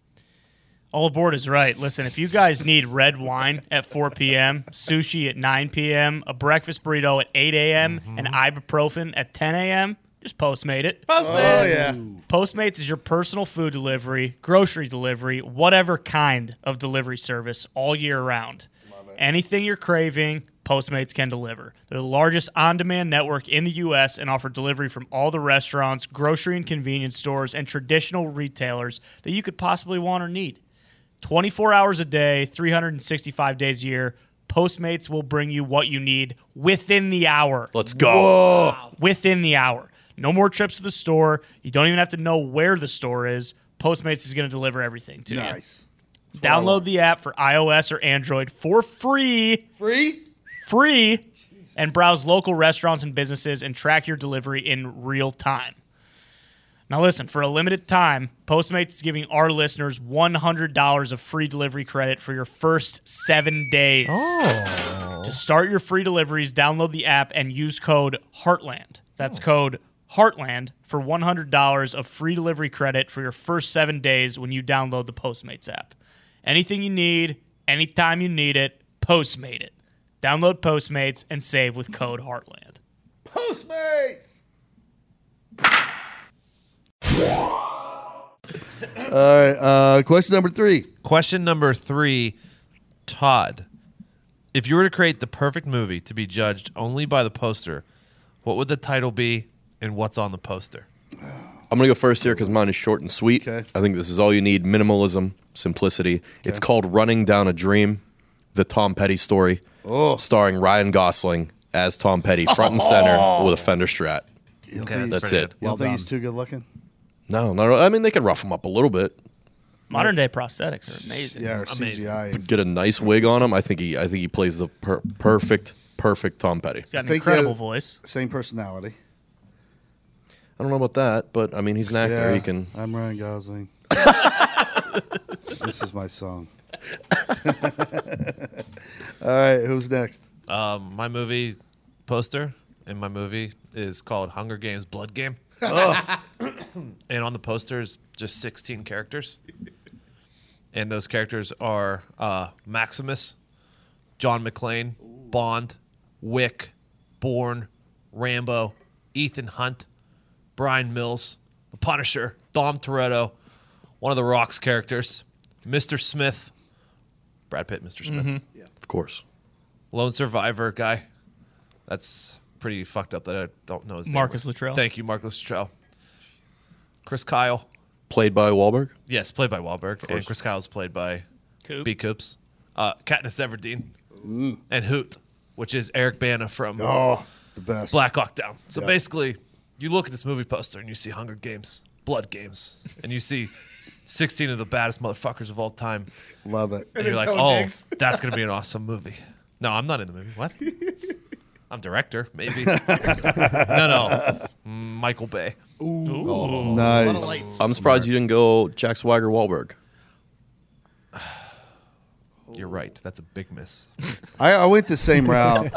All aboard is right. Listen, if you guys need red wine at 4 p.m., sushi at 9 p.m., a breakfast burrito at 8 a.m., and ibuprofen at 10 a.m., just Postmate it.
oh yeah,
Postmates is your personal food delivery, grocery delivery, whatever kind of delivery service all year round. Anything you're craving, Postmates can deliver. They're the largest on demand network in the U.S. and offer delivery from all the restaurants, grocery and convenience stores, and traditional retailers that you could possibly want or need. 24 hours a day, 365 days a year, Postmates will bring you what you need within the hour
Let's go.
within the hour. No more trips to the store. You don't even have to know where the store is. Postmates is going to deliver everything to
nice.
you. Download the app for iOS or Android for free,
free?
free, and browse local restaurants and businesses and track your delivery in real time. Now, listen, for a limited time, Postmates is giving our listeners $100 of free delivery credit for your first seven days. To start your free deliveries, download the app and use code Heartland. That's code Heartland for $100 of free delivery credit for your first seven days when you download the Postmates app. Anything you need, anytime you need it, Postmate it. Download Postmates and save with code Heartland.
Postmates. All right. Uh, question number three.
Question number three, Todd. If you were to create the perfect movie to be judged only by the poster, what would the title be and what's on the poster?
I'm gonna go first here because mine is short and sweet.
Okay.
I think this is all you need: minimalism, simplicity. It's called "Running Down a Dream," the Tom Petty story,
Oh.
starring Ryan Gosling as Tom Petty, front and center
Oh.
with a Fender Strat.
You don't
Okay,
think he's-
That's
pretty
it.
You don't think he's too good looking?
No, no, I mean they could rough him up a little bit.
Modern day prosthetics are amazing.
Yeah, or
Amazing.
CGI.
Get a nice wig on him. I think he, I think he plays the per- perfect, perfect Tom Petty.
He's got an
Think,
incredible
uh,
voice.
Same personality.
I don't know about that, but I mean he's an actor.
Yeah,
He can.
I'm Ryan Gosling. this is my song. All right, who's next?
Um, my movie poster in my movie is called Hunger Games Blood Game. and on the poster is just 16 characters. And those characters are uh, Maximus, John McClane, Bond, Wick, Bourne, Rambo, Ethan Hunt, Brian Mills, The Punisher, Dom Toretto, one of the Rock's characters, Mr. Smith, Brad Pitt, Mr. Smith
Of course.
lone survivor guy. That's pretty fucked up that I don't know his name.
Marcus Luttrell.
Thank you, Marcus Luttrell. Chris Kyle.
Played by Wahlberg.
Yes, played by Wahlberg. And Chris Kyle's played by
Coop.
B. Coops. Uh, Katniss Everdeen. And Hoot, which is Eric Bana from
Oh, the best.
Black Hawk Down. So
Yeah.
basically, you look at this movie poster and you see Hunger Games, Blood Games, and you see 16 of the baddest motherfuckers of all time.
Love it.
And, you're like,
then Tone
oh,
Dicks."
that's going to be an awesome movie. No, I'm not in the movie. What? I'm director, maybe. no, no. Mm, Michael Bay.
Nice.
I'm surprised you didn't go Jack Swagger Wahlberg.
You're right. That's a big miss.
I, I went the same route.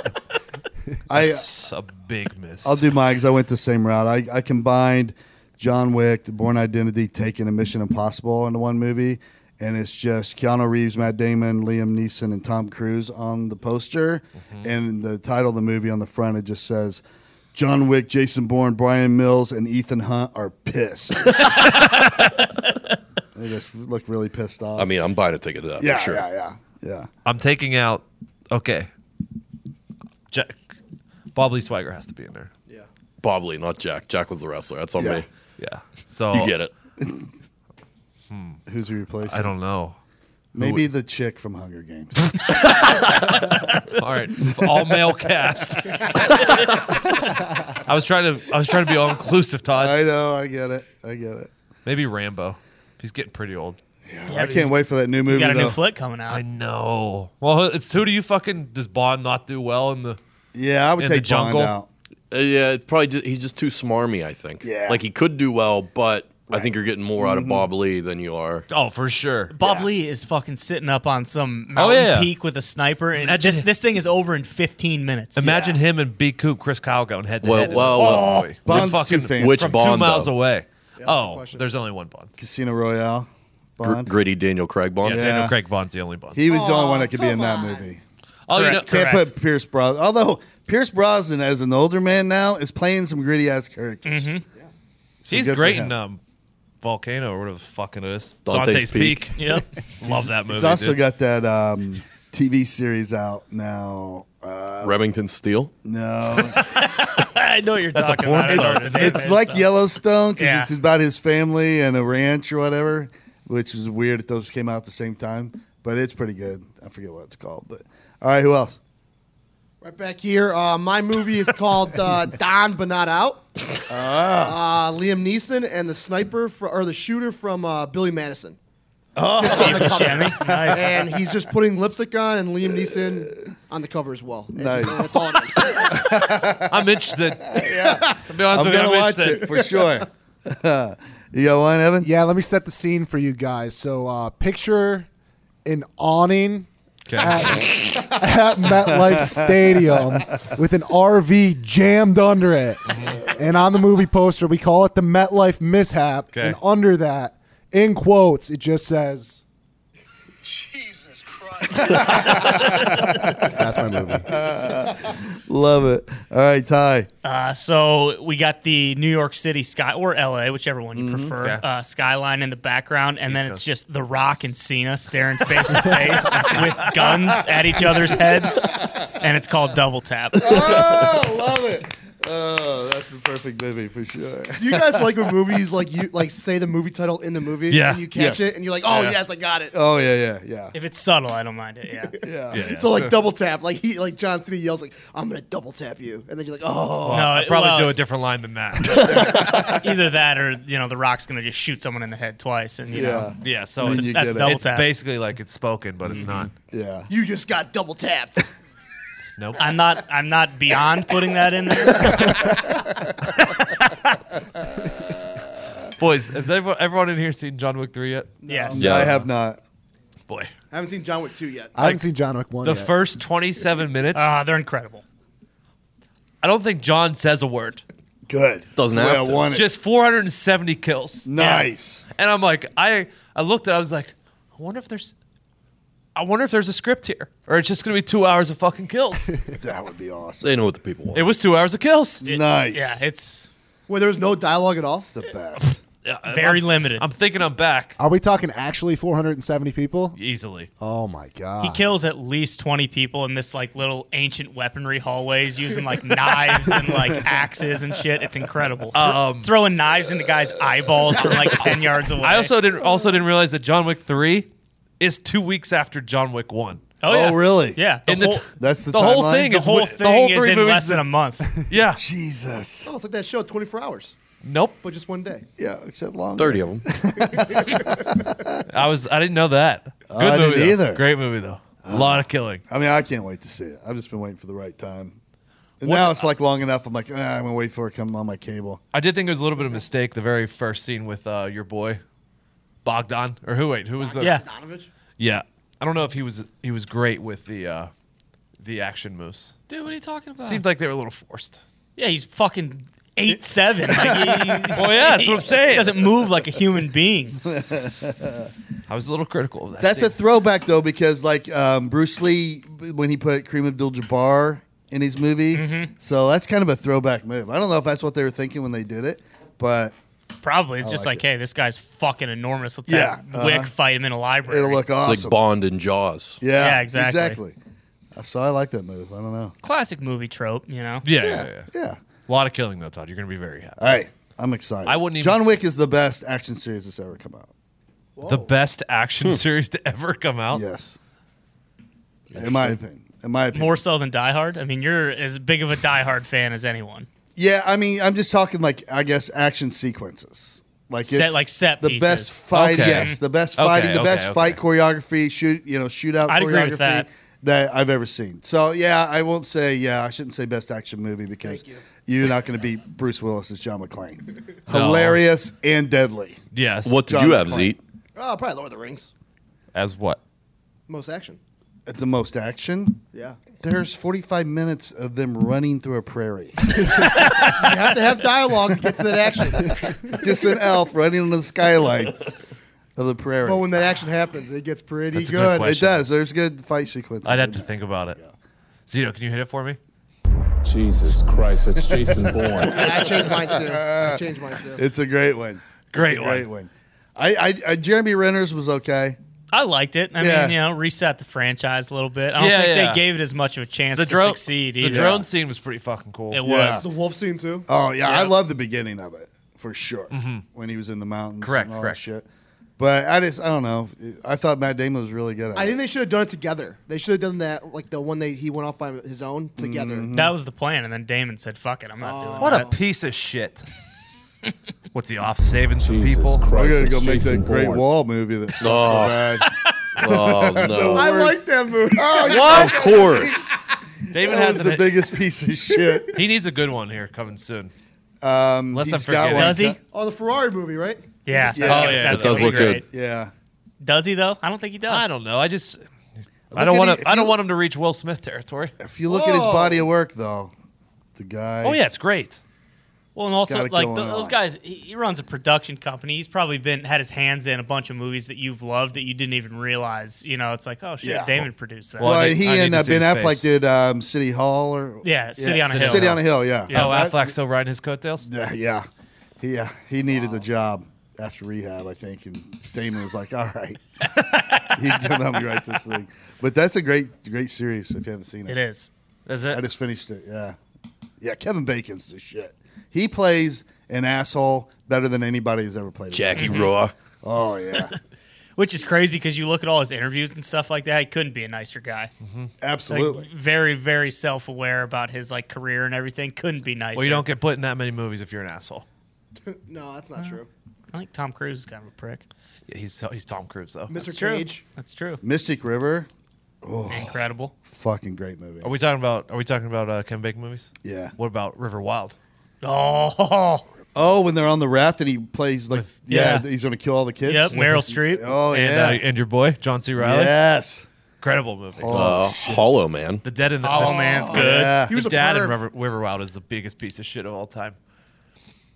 I
It's a big miss.
I'll do mine because I went the same route. I, I combined John Wick, The Born Identity, Taken, and Mission Impossible into one movie, and it's just Keanu Reeves, Matt Damon, Liam Neeson, and Tom Cruise on the poster, and the title of the movie on the front it just says John Wick, Jason Bourne, Brian Mills, and Ethan Hunt are pissed. they just look really pissed off.
I mean, I'm buying a ticket to that
yeah,
for sure.
yeah, yeah, yeah.
I'm taking out. Okay. Jack. Bob Lee Swagger has to be in there.
Bob Lee, not Jack. Jack was the wrestler. That's on
Yeah.
me.
Yeah. So
You get it.
Who's replacing?
I don't know.
Maybe the chick from Hunger Games.
All right, all male cast. I was trying to I was trying to be all inclusive, Todd.
I know. I get it. I get it.
Maybe Rambo. He's getting pretty old.
Yeah,
I
but
can't
he's-
wait for that new movie.
He's got a
though.
new flick coming out.
I know. Well, it's who do you fucking does Bond not do well in the?
yeah, I would
In the
take Bond
jungle?
out.
Uh, yeah, it probably ju- he's just too smarmy. I think.
Yeah.
Like he could do well, but I think you're getting more out of Bob Lee than you are.
Oh, for sure.
Bob Lee is fucking sitting up on some
Oh,
mountain
yeah.
peak with a sniper, and
Imagine-
this, this thing is over in 15 minutes.
Imagine him and B Coop, Chris Kyle going head to
Well,
head. It's
well,
like,
well.
boy, we're
Oh, Bond's
fucking
too fancy.
Which
from two
Bond,
miles
though?
away. oh, there's only one Bond.
Casino Royale.
Gr-
Bond.
gritty Daniel Craig Bond.
Yeah,
Yeah.
Daniel Craig Bond's the only Bond.
he was the only one that could be in that movie.
oh, you know,
Correct.
Can't put Pierce Brosnan. Although Pierce Brosnan, as an older man now, is playing some gritty ass characters.
Mm-hmm.
So
he's
good for
great
him.
in um, Volcano or whatever the fucking it is.
Dante's
Peak.
Yeah.
Love that movie.
He's also
dude.
got that um, TV series out now. Uh,
Remington Steele.
no,
I know what you're
That's a
talking
porn
about. I
star.
don't know
It's-
the name
it's
of it,
like
so.
Yellowstone because
Yeah.
it's about his family and a ranch or whatever, which is weird that those came out at the same time. But it's pretty good. I forget what it's called. But all right, who else?
Right back here. Uh, my movie is called uh, Don But Not Out.
Ah.
Uh, Liam Neeson and the sniper fr- or the shooter from uh, Billy Madison.
Steve Buscemi. Nice.
And he's just putting lipstick on and Liam Neeson on the cover as well. It's just-
Nice.
that's all it is.
I'm interested. I'll be honest
I'm
with you,
gonna watch
interested.
it for sure. you got one, Evan?
Yeah, let me set the scene for you guys. So, uh, picture an awning at, at MetLife Stadium with an RV jammed under it. And on the movie poster, we call it the MetLife mishap.
Okay.
And under that, in quotes, it just says,
Jesus Christ.
That's my movie.
Love it. All right, Ty.
Uh, so we got the New York City sky or LA, whichever one you prefer,
Okay.
uh, skyline in the background, and then it's
Coast.
just The Rock and Cena staring face to face with guns at each other's heads, and it's called Double Tap.
oh, love it. Oh, that's the perfect movie for sure.
Do you guys like when movies like you like say the movie title in the movie
Yeah.
and you
Yes.
catch it and you're like, oh
Yeah.
yes, I got it.
Oh yeah, yeah, yeah.
If it's subtle, I don't mind it. Yeah.
Yeah.
Yeah, yeah.
So like double tap, like he like John Cena yells like, I'm gonna double tap you, and then you're like, oh.
No,
I probably
well,
do a different line than that.
Either that, or you know, The Rock's gonna just shoot someone in the head twice, and you know,
Yeah.
yeah, so
Then
it's,
you
that's
get it.
double
it's
tap.
basically like it's spoken, but it's not.
Yeah.
You just got double tapped.
Nope.
I'm not, I'm not beyond putting that in there.
Boys, has everyone, everyone in here seen John Wick 3 yet?
yes.
Yeah.
I have not.
Boy.
I haven't seen John Wick two yet.
I haven't seen John Wick 1
The
yet.
first 27 minutes,
Uh, they're incredible.
I don't think John says a word.
Good.
Doesn't
That's the way
have
I
to.
want it.
Just 470 kills.
nice.
And I'm like, I, I looked at it, I was like, I wonder if there's. I wonder if there's a script here, or it's just gonna be two hours of fucking kills.
That would be awesome.
They know what the people want.
it was two hours of kills.
nice.
Yeah, it's
Where there was no dialogue at all.
It's the best.
Yeah, I'm-
very limited.
I'm thinking I'm back
Are we talking actually 470 people?
easily.
Oh, my God.
He kills at least 20 people in this like little ancient weaponry hallways using like knives and like axes and shit. It's incredible. Thro-
Um,
throwing knives into guys' eyeballs from like 10 yards away.
I also didn't also didn't realize that John Wick three is two weeks after John Wick one.
Oh,
Oh,
yeah.
really?
Yeah. The
And the
whole,
t-
That's the,
The whole
timeline?
thing
the
is
whole
wi-
thing
the whole
is
three
in
movies
less than
that-
a month.
Yeah.
Jesus.
Oh, it's like that show, 24 hours,
Nope.
but just one day.
Yeah, except long.
Thirty of them.
I was I didn't know that. Good
Oh, I
movie
didn't
though.
either. Oh.
Great movie though. A lot of killing.
I mean, I can't wait to see it. I've just been waiting for the right time. And now it's like long enough. I'm like, ah, I'm gonna wait for it to come on my cable.
I did think it was a little bit of a mistake the very first scene with uh, your boy Bogdan or who wait who was the
Yeah.
Donovich.
yeah I don't know if he was he was great with the uh, the action moves.
Dude, what are you talking about?
Seemed like they were a little forced.
yeah, he's fucking. Eight seven. Like, he, well,
yeah, that's what I'm saying.
He doesn't move like a human being.
I was a little critical of that.
That's
scene.
a throwback though, because like um, Bruce Lee, when he put Kareem Abdul-Jabbar in his movie.
Mm-hmm.
So that's kind of a throwback move. I don't know if that's what they were thinking when they did it, but
Probably it's
I
just
like
like, hey, this guy's fucking enormous. Let's
Yeah,
have
uh-huh.
Wick fight him in a library.
it'll look
It's
awesome.
like Bond and Jaws.
yeah,
Yeah, exactly.
Exactly. So I like that move. I don't know.
Classic movie trope, you know.
Yeah, yeah, yeah.
Yeah.
A lot of killing though, Todd. You're gonna be very happy.
All right. I'm excited.
I wouldn't even-
John Wick is the best action series that's ever come out.
The best action series to ever come out.
Hmm. Yes. In my opinion. In my opinion.
More so than Die Hard. I mean, you're as big of a Die Hard fan as anyone.
Yeah, I mean, I'm just talking like I guess action sequences. Like
Set-
it's
like set
the
pieces.
best fight.
Okay.
Yes, the best
Okay,
fighting, the
okay,
best
okay.
fight choreography, shoot, you know, shootout
I'd agree
choreography
with that.
I've ever seen. So yeah, I won't say yeah. I shouldn't say best action movie because you. are not going to beat Bruce Willis as John McClane. Hilarious and deadly.
Yes.
What did
John
you have,
McClane.
Zeke?
Oh, probably Lord of the Rings.
As what?
Most action.
At the most action.
Yeah.
There's 45 minutes of them running through a prairie.
You have to have dialogue to get to that action.
Just an elf running on the skyline of the prairie.
But when that action happens, it gets pretty
That's a good
good.
question.
It does. There's good fight sequences.
I'd have
in
to
there.
think about it. Zito, can you hit it for me?
Jesus Christ, that's Jason Bourne.
I changed mine too. I changed mine too.
It's a great one.
Great
It's a
one.
Great one. I, I, I Jeremy Renner's was okay.
I liked it. I
Yeah.
mean, you know, reset the franchise a little bit. I don't
Yeah,
think
yeah.
they gave it as much of a chance
The
to
drone
succeed
The
either.
drone scene was pretty fucking cool.
It
Yeah.
was.
The wolf scene too.
Oh yeah, I love the beginning of it for sure. When he was in the mountains,
Mm-hmm. Correct,
and all
correct.
That shit. But I just I don't know. I thought Matt Damon was really good. At
I
it.
think they should have done it together. They should have done that like the one that he went off by his own together.
Mm-hmm.
That was the plan, and then Damon said, "Fuck it, I'm not doing
What
that."
a piece of shit. What's he off saving some
Jesus
people?
Christ,
We're gonna
that's
go make
Jason
that Great
Bourne.
Wall movie that's so
Oh.
bad. Oh,
Oh no!
I like that movie.
Of course.
David
That was
has
the
the
biggest piece of shit.
He needs a good one here coming soon.
Um,
Unless
he's
I'm
got
forgetting.
one.
Does he?
Oh, the Ferrari movie, right?
Yeah.
Yeah.
that's
Oh,
gonna-
yeah,
that's
it
gonna
does
be
look
great.
Yeah.
Does he though? I don't think he does.
I don't know. I just
Look
I don't
at
want
it-
to. I don't want him to reach Will Smith territory.
If you look at his
Whoa.
body of work, though, the guy.
Oh yeah, it's great.
Well, and also
gotta
like
go
th-
on.
those guys, he, he runs a production company. He's probably been had his hands in a bunch of movies that you've loved that you didn't even realize. You know, it's like, oh shit,
Yeah.
Damon produced that.
Well,
I need-
he
I need
and
to
uh,
see
Ben
his
Affleck
face.
did um, City Hall or
Yeah, City on a Hill.
City on a Hill. Yeah.
oh,
That-
Affleck still riding his coattails.
Yeah, yeah, he uh, he needed the job after rehab, I think, and Damon was like, "All right, he'd come help me write this thing." But that's a great, great series. If you haven't seen it,
it is.
Is
I
it?
just finished it. Yeah, yeah. Kevin Bacon's the shit. He plays an asshole better than anybody has ever played. it.
Jackie Roy.
Oh yeah,
Which is crazy because you look at all his interviews and stuff like that. He couldn't be a nicer guy. Like,
absolutely.
very, very self aware about his like career and everything. Couldn't be nicer.
Well, you don't get put in that many movies if you're an asshole.
No, that's not true.
I think Tom Cruise is kind of a prick.
Yeah, he's he's Tom Cruise though.
Mr.
true.
Cage.
That's true.
Mystic River,
Incredible.
fucking great movie.
Oh.
Are we talking about? Are we talking about uh, Ken Bacon movies?
Yeah.
What about River Wild?
Oh,
Oh, when they're on the raft and he plays like, yeah,
yeah.
he's gonna kill all the kids.
yep. Meryl Streep.
Oh
and,
yeah.
uh, and your boy John C. Riley.
Yes.
Incredible movie.
Oh.
Uh, Hollow Man.
The Dead in the
Oh, man, it's good.
Uh,
Yeah.
He
was a
dad in
perv.
River, River Wild is the biggest piece of shit of all time.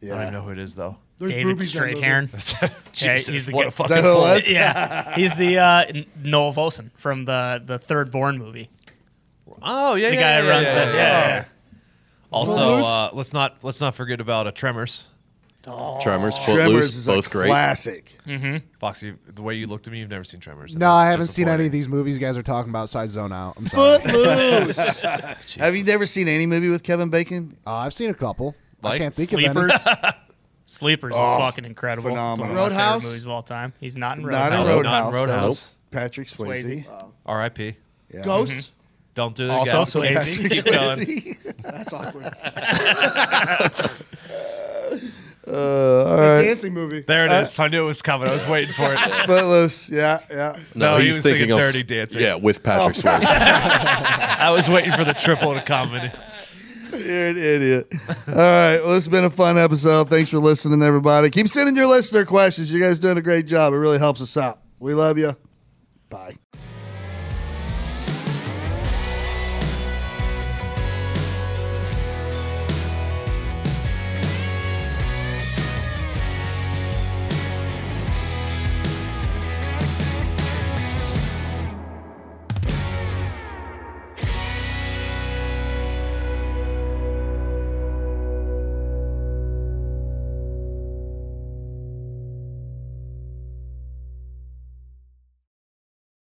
I don't even know who it is though.
There's
David
boobies in that
Straight
movie.
Heron.
Jesus,
he's the
what
guy-
a fucking
Is that who it
pull.
was?
yeah, he's the uh, N- Noel Volson from the the third Born movie.
Oh yeah,
The
yeah,
guy
yeah,
who runs
yeah,
the
yeah,
yeah.
yeah.
yeah.
Also, uh, let's not let's not forget about a Tremors.
Tremors,
Oh. Tremors
Footloose,
is
both
a
great.
classic.
Foxy, the way you looked at me, you've never seen Tremors. and
No, I
that's
haven't seen any
disappointing.
of these movies you guys are talking about, so I zone out. I'm sorry.
Have you never seen any movie with Kevin Bacon?
Uh, I've seen a couple. I
Like
can't think of any.
Sleepers. Sleepers is fucking incredible. It's one of
phenomenal.
my favorite
Roadhouse?
movies of all time. He's not in Roadhouse.
Not in
Roadhouse.
Roadhouse.
Not in
That
Roadhouse.
was Patrick Swayze.
R.I.P.
Yeah.
Uh, Ghost.
Mm-hmm.
Don't do that
Also
again.
Swayze.
Patrick Keep going.
That's awkward.
Uh, all
The
right.
dancing movie.
There it is. I knew it was coming. I was waiting for it.
Footloose. Yeah, yeah.
No, he was thinking Dirty Dancing.
Yeah, with Patrick Swayze.
I was waiting for the triple to come. And
You're an idiot. All right. Well, it's been a fun episode. Thanks for listening, everybody. Keep sending your listener questions. You guys doing a great job. It really helps us out. We love you. Bye.